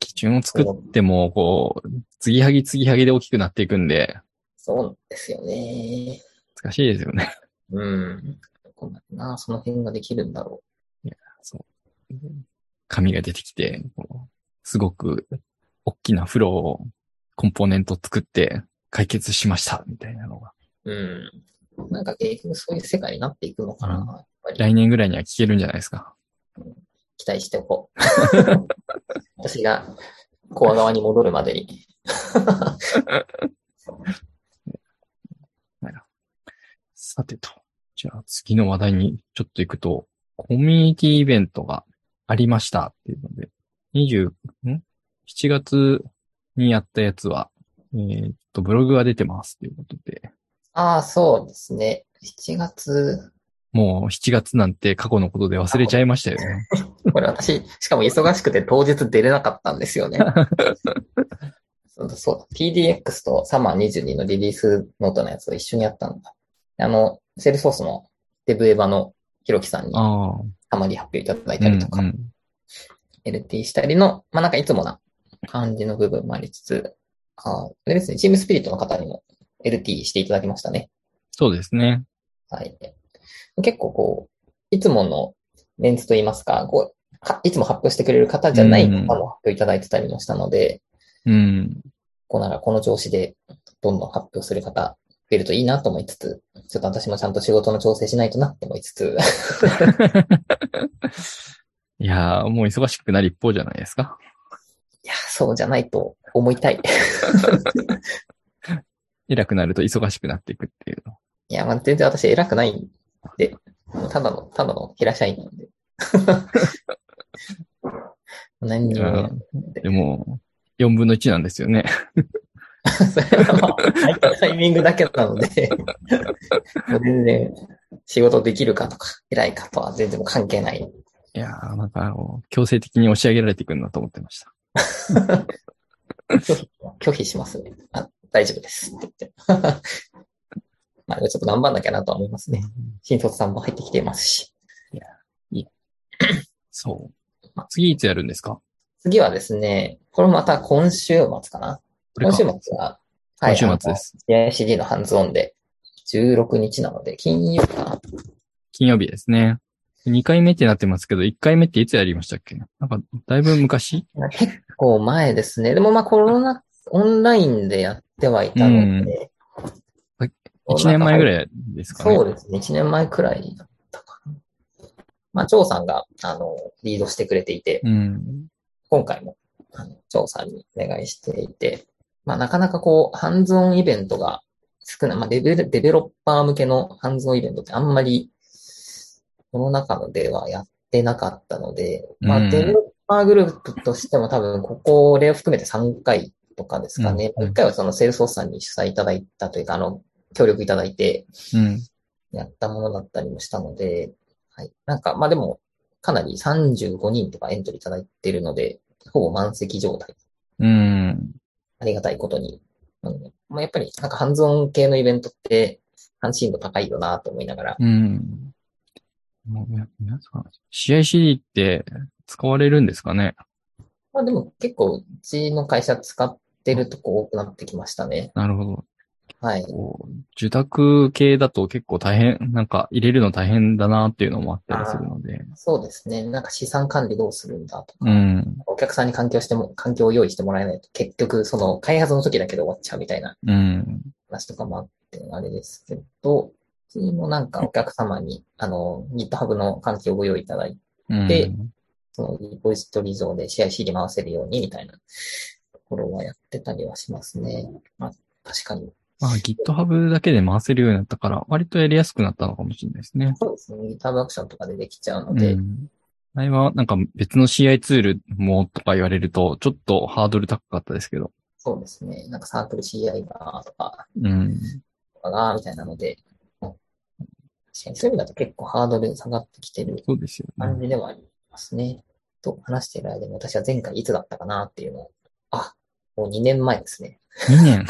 Speaker 1: 基準を作っても、こう、継ぎはぎ継ぎはぎで大きくなっていくんで、
Speaker 2: そうですよね。
Speaker 1: 難しいですよね。
Speaker 2: うん。こんなな、その辺ができるんだろ
Speaker 1: 紙が出てきて、こうすごく大きなフローをコンポーネント作って解決しました、みたいなのが。
Speaker 2: う。うん。なんか結局そういう世界になっていくのかな。
Speaker 1: うん
Speaker 2: やっぱり
Speaker 1: 来年ぐらいには聞けるんじゃないですか。
Speaker 2: 期待しておこう。 私がコア側に戻るまでに。
Speaker 1: さてと。じゃあ次の話題にちょっと行くと、コミュニティイベントがありましたっていうので、20、ん ?7 月にやったやつは、えーっと、ブログが出てますということで、
Speaker 2: ああ、そうですね。7月、
Speaker 1: もう7月なんて過去のことで忘れちゃいましたよね。
Speaker 2: これ私、しかも忙しくて当日出れなかったんで すよね。そうだそうだ。PDX とサマー22のリリースノートのやつを一緒にやったんだ。あの、セールソースのデブエヴァのひろきさんにた
Speaker 1: ああ。
Speaker 2: まに発表いただいたりとか、
Speaker 1: うんうん
Speaker 2: LT したりの、まあ、なんかいつもな感じの部分もありつつ、ああ、でですね、チームスピリットの方にも LT していただきましたね。
Speaker 1: そうですね。
Speaker 2: はい。結構こう、いつものメンツといいますか、こう、かいつも発表してくれる方じゃない方も発表いただいてたりもしたので、
Speaker 1: うん。
Speaker 2: こうならこの調子でどんどん発表する方増えるといいなと思いつつ、ちょっと私もちゃんと仕事の調整しないとなって思いつつ、
Speaker 1: いやー、もう忙しくなる一方じゃないですか。
Speaker 2: いや、そうじゃないと思いたい。
Speaker 1: 偉くなると忙しくなっていくっていうの。
Speaker 2: いや、まあ、全然私偉くないんで、ただの、ただの平社員なんで。 何にも、
Speaker 1: でも、4分の1なんですよね。
Speaker 2: それは、まあ、空いたタイミングだけなの で、もう全然仕事できるかとか、偉いかとは全然もう関係ない
Speaker 1: いやー、なんか、強制的に押し上げられていくんだと思ってました。
Speaker 2: 拒否拒否しますね。あ、大丈夫です。って言って。 まあ、ちょっと頑張んなきゃなとは思いますね。新卒さんも入ってきていますし。
Speaker 1: そう。次いつやるんですか
Speaker 2: 次はですね、これまた今週末かな
Speaker 1: これ
Speaker 2: 今
Speaker 1: か
Speaker 2: 週末は、
Speaker 1: 今週末です。
Speaker 2: す。CD のハンズオンで、16日なので、金曜かな
Speaker 1: 金曜日ですね。2回目ってなってますけど、1回目っていつやりましたっけなんか、だいぶ昔
Speaker 2: 結構前ですね。でもまあコロナ、オンラインでやってはいたので。
Speaker 1: うん1年前ぐ
Speaker 2: い
Speaker 1: らいですかね。
Speaker 2: そうですね。1年前くらいだったかな。まあ、張さんが、あの、リードしてくれていて、
Speaker 1: うん。
Speaker 2: 今回も、あの、張さんにお願いしていて、まあ、なかなかこう、ハンズオンイベントが少ない、まあデベ、デベロッパー向けのハンズオンイベントってあんまり、この中のではやってなかったので、ま
Speaker 1: うん
Speaker 2: あ、デベロッパーグループとしても多分、ここ、例を含めて3回とかですかね。
Speaker 1: うん
Speaker 2: 1回はその、セールソースさんに主催いただいたというか、あの、協力いただいて、
Speaker 1: うん。
Speaker 2: やったものだったりもしたので、はい。なんか、まあでも、かなり35人とかエントリーいただいてるので、ほぼ満席状態。
Speaker 1: うん。
Speaker 2: ありがたいことに。うん、まあやっぱり、なんかハンズオン系のイベントって、関心度高いよなと思いながら。
Speaker 1: うん。もうや皆さん、CICD って使われるんですかね
Speaker 2: まあでも結構、うちの会社使ってるとこ多くなってきましたね。
Speaker 1: なるほど。
Speaker 2: はい。
Speaker 1: こう受託系だと結構大変、なんか入れるの大変だなっていうのもあったりするので。
Speaker 2: そうですね。なんか資産管理どうするんだと
Speaker 1: う
Speaker 2: か、
Speaker 1: ん。
Speaker 2: お客さんに環境しても、環境を用意してもらえないと、結局、その開発の時だけで終わっちゃうみたいな
Speaker 1: うん。
Speaker 2: 話とかもあって、あれですけど、うちもなんかお客様に、あの、GitHub の環境をご用意いただいて、
Speaker 1: うん
Speaker 2: でそのリポジトリ上で CICD 回せるようにみたいなところはやってたりはしますね。まあ、確かに。
Speaker 1: まあ、GitHub だけで回せるようになったから、割とやりやすくなったのかもしれないですね。
Speaker 2: そうですね。GitHub アクションとかでできちゃうの
Speaker 1: う
Speaker 2: で、
Speaker 1: ん。あれは、なんか別の CI ツールもとか言われると、ちょっとハードル高かったですけど。
Speaker 2: そうですね。なんかサークル CI がとか、
Speaker 1: うん。
Speaker 2: とかが、みたいなので、確かにそういう意味だと結構ハードル下がってきてる
Speaker 1: そうですよ
Speaker 2: 感
Speaker 1: ね。
Speaker 2: じではありますね。と話している間に私は前回いつだったかなっていうのを、あ、もう2年前ですね。
Speaker 1: 2年、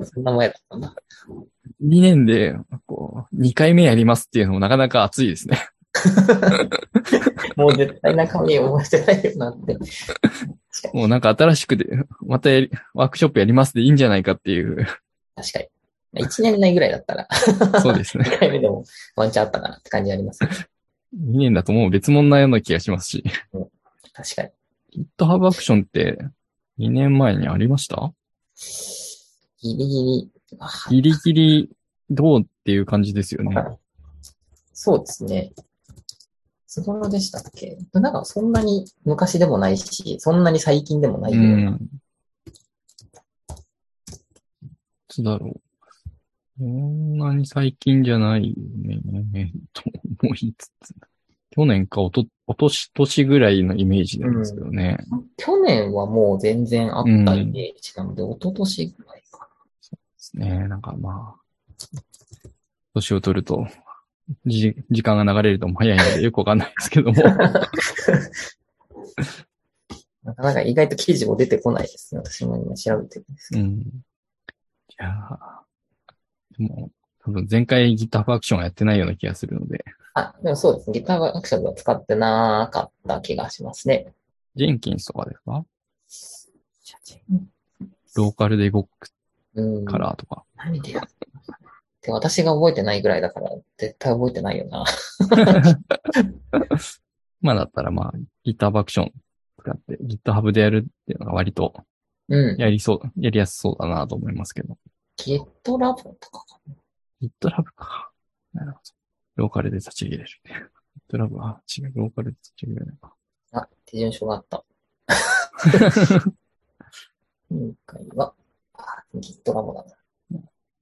Speaker 2: そんな前だったんだ。
Speaker 1: 2年で、こう、2回目やりますっていうのもなかなか熱いですね。
Speaker 2: もう絶対中身覚えてないよなって。
Speaker 1: もうなんか新しくで、またやりワークショップやりますでいいんじゃないかっていう。
Speaker 2: 確かに。1年内ぐらいだったら、
Speaker 1: そうですね。
Speaker 2: 1回目でもワンチャンあったかなって感じありますね。
Speaker 1: 2年だともう別物なような気がしますし。
Speaker 2: 確かに。
Speaker 1: GitHub アクションって2年前にありました
Speaker 2: ギリギリ。あ
Speaker 1: ギリギリどうっていう感じですよね。
Speaker 2: そうですね。つごろでしたっけなんかそんなに昔でもないし、そんなに最近でもないような。
Speaker 1: ん。そうだろう。そんなに最近じゃないよね。 と思いつつ。去年かおと、おとし、年ぐらいのイメージなんですけどね。
Speaker 2: 去年はもう全然あったイメージなので、一昨年ぐらいかな。
Speaker 1: ですね。なんかまあ、年を取ると、じ、時間が流れるとも早いのでよくわかんないですけども。
Speaker 2: なかなか意外と記事も出てこないですね。私も今調べてるんですけ
Speaker 1: う
Speaker 2: ど。
Speaker 1: ん。いやーでも、多分前回 GitHub アクションはやってないような気がするので、
Speaker 2: あ、でもそうですね。ギターアクションは使ってなかった気がしますね。
Speaker 1: ジェンキンスとかですかローカルで動く
Speaker 2: うん。
Speaker 1: からとか。
Speaker 2: 何でやってましたで私が覚えてないぐらいだから、絶対覚えてないよな。
Speaker 1: 今だったらまあ、GitHub アクション使って GitHub でやるっていうのが割と
Speaker 2: うん。
Speaker 1: やりそう、やりやすそうだなと思いますけど。
Speaker 2: GitLab とかか。
Speaker 1: GitLab か。なるほど。ローカルで立ち上げれる。GitLab は違う、ローカルで立ち上げれるか。
Speaker 2: あ、手順書があった。今回は、あ、GitLab だな。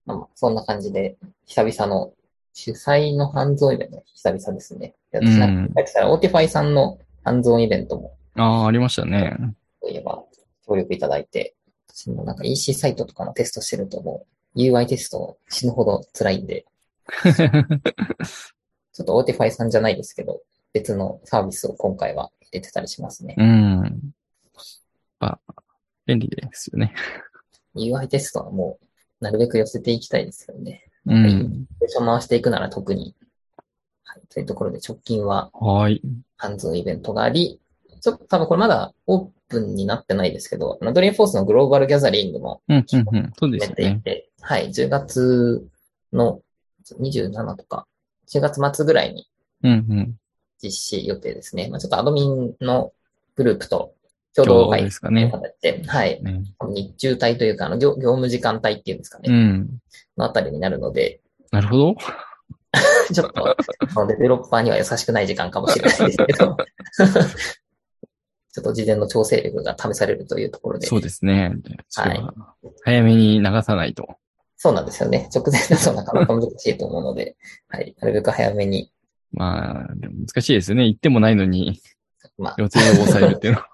Speaker 2: まあまあ、そんな感じで、久々の主催のハンズオンイベント、久々ですね。で私なんか、帰ってたら、オーティファイさんのハンズオンイベントも、
Speaker 1: ああ、ありましたね。
Speaker 2: といえば、協力いただいて、私もなんか EC サイトとかのテストしてるともう、UI テスト死ぬほど辛いんで、ちょっとオーティファイさんじゃないですけど、別のサービスを今回は入れてたりしますね。
Speaker 1: うん。やっぱ、便利ですよね。
Speaker 2: UI テストはもう、なるべく寄せていきたいですよね。
Speaker 1: うん。
Speaker 2: 最初回していくなら特に。はい。というところで直近は
Speaker 1: はい。
Speaker 2: ハンズのイベントがあり、ちょっと多分これまだオープンになってないですけど、ドリームフォースのグローバルギャザリングも
Speaker 1: うん、うん、うん。そうです
Speaker 2: 決
Speaker 1: よ
Speaker 2: めてい
Speaker 1: ね。
Speaker 2: て、はい、10月の27とか、10月末ぐらいに
Speaker 1: うん、うん。
Speaker 2: 実施予定ですね。まあ、ちょっとアドミンのグループと共同
Speaker 1: 今日
Speaker 2: 会
Speaker 1: で
Speaker 2: 議
Speaker 1: すかね。
Speaker 2: で、はい、
Speaker 1: ね
Speaker 2: 日中帯というか、あの業、業務時間帯っていうんですかね、
Speaker 1: うん。
Speaker 2: のあたりになるので、
Speaker 1: なるほど。
Speaker 2: ちょっと、あのデベロッパーには優しくない時間かもしれないですけど、 ちょっと事前の調整力が試されるというところで。
Speaker 1: そうですね。それは、早めに流さないと。
Speaker 2: そうなんですよね。直前だとなかなか難しいと思うので、はい。なるべく早めに、
Speaker 1: まあ、でも難しいですよね。言ってもないのに、
Speaker 2: まあ、
Speaker 1: 予定を抑えるっていうのは。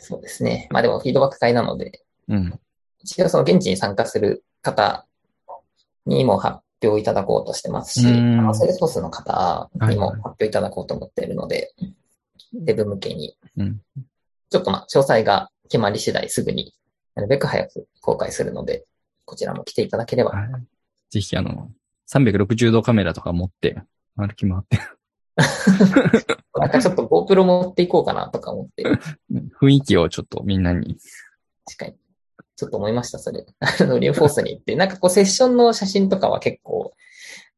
Speaker 2: そうですね。まあでもフィードバック会なので、
Speaker 1: うん。
Speaker 2: 一応その現地に参加する方にも発表いただこうとしてますし、
Speaker 1: う
Speaker 2: あ
Speaker 1: ん
Speaker 2: のセールスフォースの方にも
Speaker 1: はい
Speaker 2: 発表いただこうと思っているので、デブ向けに
Speaker 1: うん。
Speaker 2: ちょっとまあ、詳細が決まり次第すぐに、なるべく早く公開するので、こちらも来ていただければ。
Speaker 1: はいぜひ、あの、360度カメラとか持って、歩き回って、
Speaker 2: なんかちょっと GoPro 持っていこうかなとか思って、確
Speaker 1: 雰囲気をちょっとみんなに。
Speaker 2: かに。ちょっと思いました、それ。あの、リューフォースに行 って、なんかこう、セッションの写真とかは結構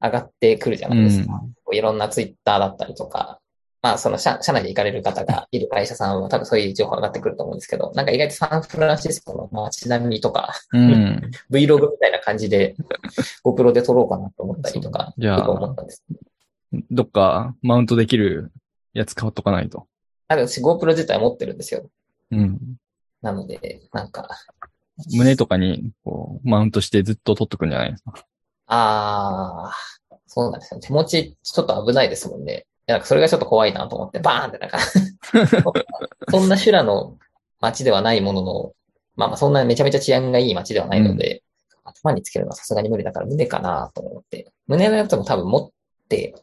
Speaker 2: 上がってくるじゃないですか。こういろんなツイッターだったりとか、まあ、その社社内で行かれる方がいる会社さんは多分そういう情報上がってくると思うんですけど、なんか意外とサンフランシスコの街並みとか、
Speaker 1: うん。
Speaker 2: Vlog みたいな感じで GoPro で撮ろうかなと思ったりとか、
Speaker 1: そうじゃあ
Speaker 2: 結構思ったんです。
Speaker 1: どっかマウントできるやつ買っとかないと。
Speaker 2: あるし、GoPro 自体持ってるんですよ。
Speaker 1: うん。
Speaker 2: なので、なんか、
Speaker 1: 胸とかに、こう、マウントしてずっと取っとくんじゃないですか。
Speaker 2: あー、そうなんですよ。手持ち、ちょっと危ないですもんね。いやなんかそれがちょっと怖いなと思って、バーンってなんか そんな修羅の街ではないものの、まあまあそんなめちゃめちゃ治安がいい街ではないので、頭につけるのはさすがに無理だから胸かなと思って。胸のやつも多分持って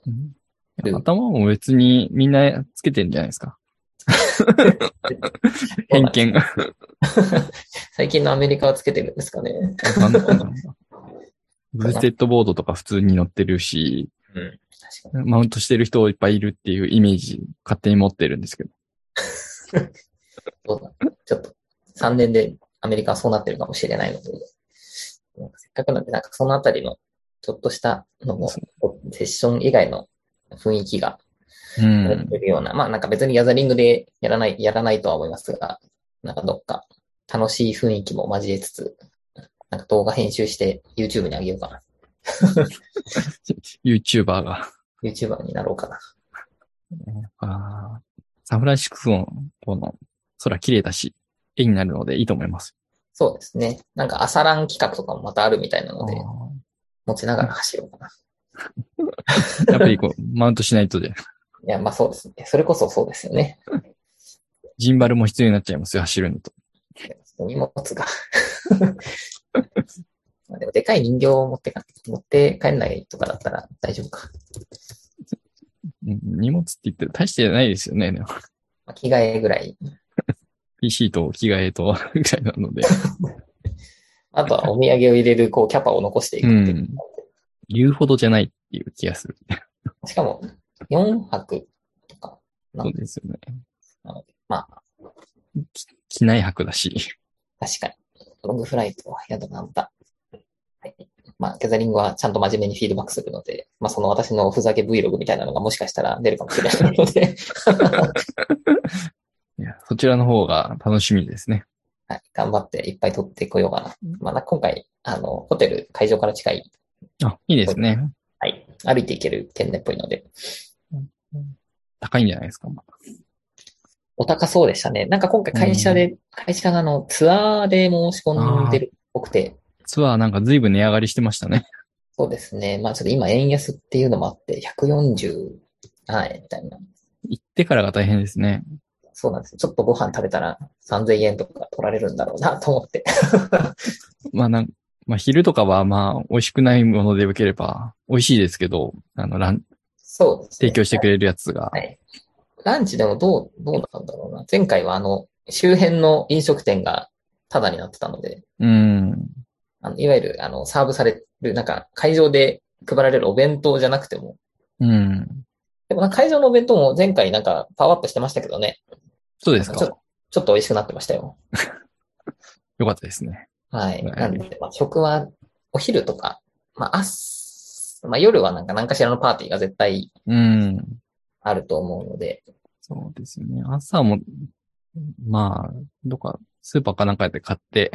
Speaker 2: うん
Speaker 1: 頭も別にみんなつけてんじゃないです か。偏見が。
Speaker 2: 最近のアメリカはつけてるんですかね。
Speaker 1: なんだろうなブルセットボードとか普通に乗ってるし、
Speaker 2: うん。確かに。
Speaker 1: マウントしてる人いっぱいいるっていうイメージ勝手に持ってるんですけど。
Speaker 2: そうだ。ちょっと、3年でアメリカはそうなってるかもしれないので、なんかせっかくなんで、なんかそのあたりの、ちょっとしたのも、
Speaker 1: そ
Speaker 2: セッション以外の雰囲気が
Speaker 1: う
Speaker 2: 出
Speaker 1: ん。
Speaker 2: るような、まあなんか別にギャザリングでやらない、やらないとは思いますが、なんかどっか楽しい雰囲気も交えつつ、なんか動画編集して YouTube にあげようかな。
Speaker 1: YouTuber が。
Speaker 2: YouTuber になろうかな。
Speaker 1: あーサンフランシスコの、この、空綺麗だし、絵になるのでいいと思います。
Speaker 2: そうですね。なんか朝ラン企画とかもまたあるみたいなので、持ちながら走ろうかな。
Speaker 1: やっぱりこう、マウントしないとで、
Speaker 2: いや、まあそうですね。それこそそうですよね。
Speaker 1: ジンバルも必要になっちゃいますよ、走るのと。
Speaker 2: 荷物が。 まあでも、でかい人形を持ってか、持って帰んないとかだったら大丈夫か。
Speaker 1: うん荷物って言って大してないですよね。でも
Speaker 2: まあ、着替えぐらい。
Speaker 1: PC と着替えと、 ぐらいなので。
Speaker 2: あとはお土産を入れる、こう、キャパを残していく
Speaker 1: う
Speaker 2: っていう。
Speaker 1: ん。言うほどじゃないっていう気がする。
Speaker 2: しかも、4泊とか
Speaker 1: そうですよね。
Speaker 2: なので、まあ、
Speaker 1: 機内泊だし。
Speaker 2: 確かに。ロングフライトは宿なんだ。はい。まあ、ギャザリングはちゃんと真面目にフィードバックするので、まあ、その私のふざけ Vlog みたいなのがもしかしたら出るかもしれないので、
Speaker 1: いや、そちらの方が楽しみですね。
Speaker 2: はい、頑張っていっぱい撮ってこようかな。まあ、今回、あの、ホテル会場から近い
Speaker 1: あ、いいですね。
Speaker 2: はい。歩いていける県内っぽいので。
Speaker 1: 高いんじゃないですか。まあ
Speaker 2: お高そうでしたね。なんか今回会社で、会社があの、ツアーで申し込んでるっぽくて、
Speaker 1: ツアーなんか随分値上がりしてましたね。
Speaker 2: そうですね。まあちょっと今円安っていうのもあって、140、はい、みたいな。
Speaker 1: 行ってからが大変ですね。
Speaker 2: そうなんです。ちょっとご飯食べたら3000円とか取られるんだろうなと思って。
Speaker 1: まあなん、まあ昼とかはまあ美味しくないものでよければ美味しいですけど、あの、ラン、
Speaker 2: そうですね
Speaker 1: 提供してくれるやつが
Speaker 2: は。い。ランチでもどう、どうなんだろうな。前回はあの、周辺の飲食店がタダになってたので、
Speaker 1: うん。
Speaker 2: あのいわゆるあの、サーブされる、なんか会場で配られるお弁当じゃなくても、
Speaker 1: うん。
Speaker 2: でもなんか会場のお弁当も前回なんかパワーアップしてましたけどね。
Speaker 1: そうです
Speaker 2: ち
Speaker 1: か。
Speaker 2: ょちょっと美味しくなってましたよ。
Speaker 1: よかったですね。
Speaker 2: はい。
Speaker 1: はい
Speaker 2: なんで、まあ、食はお昼とか、まあ、朝、まあ、夜はなんか何かしらのパーティーが絶対
Speaker 1: うん。
Speaker 2: あると思うので、
Speaker 1: そうですね。朝も、まあ、どっか、スーパーかなんかで買って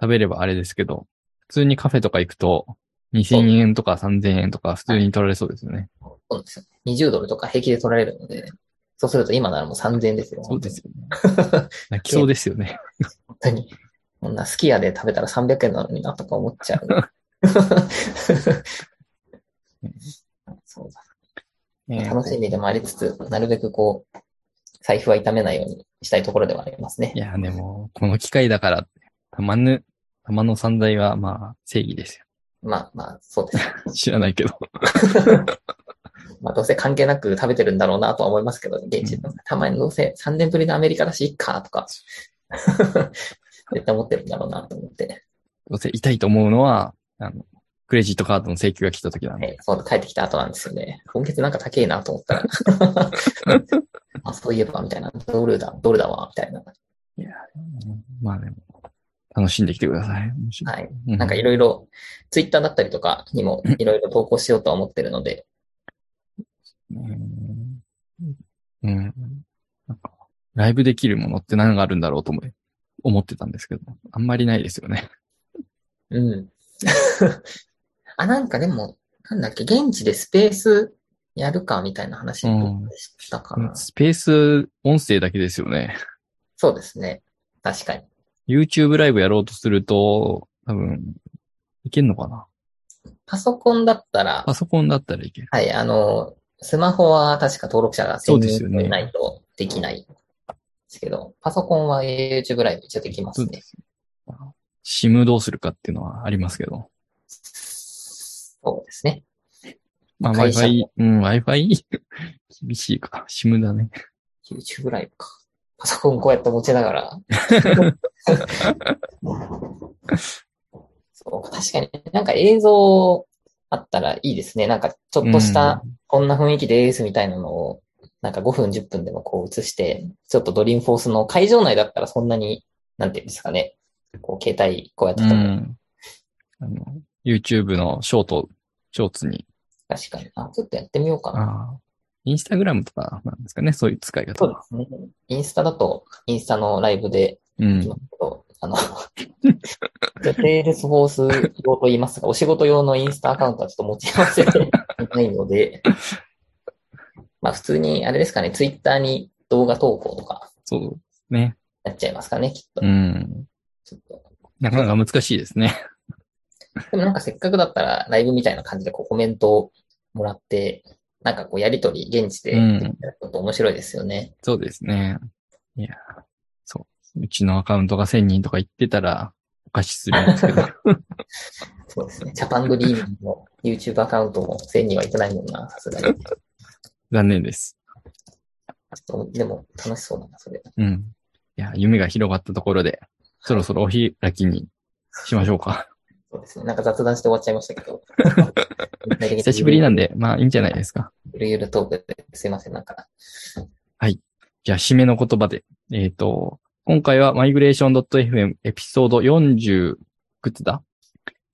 Speaker 1: 食べればあれですけど、普通にカフェとか行くと、2000円とか3000円とか普通に取られそうですよね。
Speaker 2: そうなんですよ。20ドルとか平気で取られるので、そうすると今ならもう3000円ですよ。
Speaker 1: そうですよね。 泣きそうですよね。
Speaker 2: 本当に。こんなスキヤで食べたら300円なのになとか思っ ちゃう。 そうだ楽しんででもありつつ、なるべくこう、財布は痛めないようにしたいところではありますね
Speaker 1: い。や、でも、この機会だから、たまぬ、たまの散財は、まあ、正義です
Speaker 2: まあまあ、そうです。
Speaker 1: よ。 知らないけど。
Speaker 2: まあどうせ関係なく食べてるんだろうなとは思いますけど、現地でたまにどうせ3年ぶりのアメリカだし、いっか、と か。絶対思ってるんだろうなと思って。
Speaker 1: どうせ痛いと思うのは、あの、クレジットカードの請求が来た時なんで。
Speaker 2: えそう、帰ってきた後なんですよね。今月なんか高えなと思ったら。 あ、そういえば、みたいな。ドルだ、ドルだわ、みたいな。
Speaker 1: まあでも、楽しんできてください。面白い
Speaker 2: はい。
Speaker 1: う
Speaker 2: なんかいろいろ、ツイッターだったりとかにもいろいろ投稿しようとは思ってるので、
Speaker 1: うん。うんなんか、ライブできるものって何があるんだろうと思い思ってたんですけど、あんまりないですよね。
Speaker 2: うん。 あ、なんかでも、なんだっけ、現地でスペースやるかみたいな話
Speaker 1: うん
Speaker 2: したかな。
Speaker 1: スペース音声だけですよね。
Speaker 2: そうですね。確かに。
Speaker 1: YouTube ライブやろうとすると、多分、いけんのかな
Speaker 2: パソコンだったら、
Speaker 1: パソコンだったらいける。
Speaker 2: はい、あの、スマホは確か登録者が
Speaker 1: そ
Speaker 2: 1000
Speaker 1: うですよね
Speaker 2: 人いないとできないですけど、パソコンは YouTube ライブ一応できますね。
Speaker 1: シムどうするかっていうのはありますけど。
Speaker 2: そうですね。
Speaker 1: まあ、
Speaker 2: 会社
Speaker 1: Wi-Fi
Speaker 2: も、
Speaker 1: うん、Wi-Fi 厳しいか。シムだね。
Speaker 2: YouTube ライブか。パソコンこうやって持ちな がら。そう確かになんか映像あったらいいですね。なんかちょっとしたこんな雰囲気ですみたいなのを、なんか5分10分でもこう映して、ちょっとドリームフォースの会場内だったらそんなに、なんていうんですかね。こう携帯こうやって
Speaker 1: う
Speaker 2: ても、
Speaker 1: ん。あの、YouTube のショート、ショーツに
Speaker 2: 確かに。あ、ちょっとやってみようかな。
Speaker 1: ああ。インスタグラムとかなんですかね、そういう使い方
Speaker 2: そう
Speaker 1: は。
Speaker 2: ですね。インスタだと、インスタのライブで
Speaker 1: うん
Speaker 2: き。ますけど、あの、セールスフォース用と言いますが、お仕事用のインスタアカウントはちょっと持ち合わせてないので、 まあ普通に、あれですかね、ツイッターに動画投稿とか
Speaker 1: そうですね。
Speaker 2: やっちゃいますかね、きっと。
Speaker 1: うん。
Speaker 2: ちょっと
Speaker 1: なかなか難しいですね。
Speaker 2: でもなんかせっかくだったらライブみたいな感じでこうコメントをもらって、なんかこうやりとり、現地で
Speaker 1: うん
Speaker 2: やると面白いですよね。
Speaker 1: そうですね。いや、そう。うちのアカウントが1000人とか言ってたら、お貸しするんですけ ど。
Speaker 2: そうですね。ジャパンドリームの YouTube アカウントも1000人はいってないもんな、さすがに。
Speaker 1: 残念です。
Speaker 2: ちょっとでも楽しそうだな、それ。
Speaker 1: うん。いや、夢が広がったところで、そろそろお開きにしましょうか。
Speaker 2: そうですね。なんか雑談して終わっちゃいましたけど。
Speaker 1: 久しぶりなんで、まあいいんじゃないですか。
Speaker 2: ゆるゆるトークですいません、なんか。
Speaker 1: じゃあ、締めの言葉で。えっ、と、今回は migration.fm エピソード40、くつだ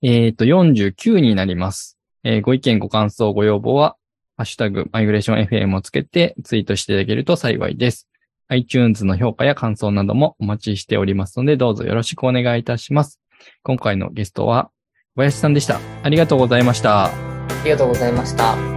Speaker 1: えっ、と、49になります。えーご意見、ご感想、ご要望は、ハッシュタグ、migrationfm をつけてツイートしていただけると幸いです。iTunes の評価や感想などもお待ちしておりますので、どうぞよろしくお願いいたします。今回のゲストは、小林さんでした。ありがとうございました。
Speaker 2: ありがとうございました。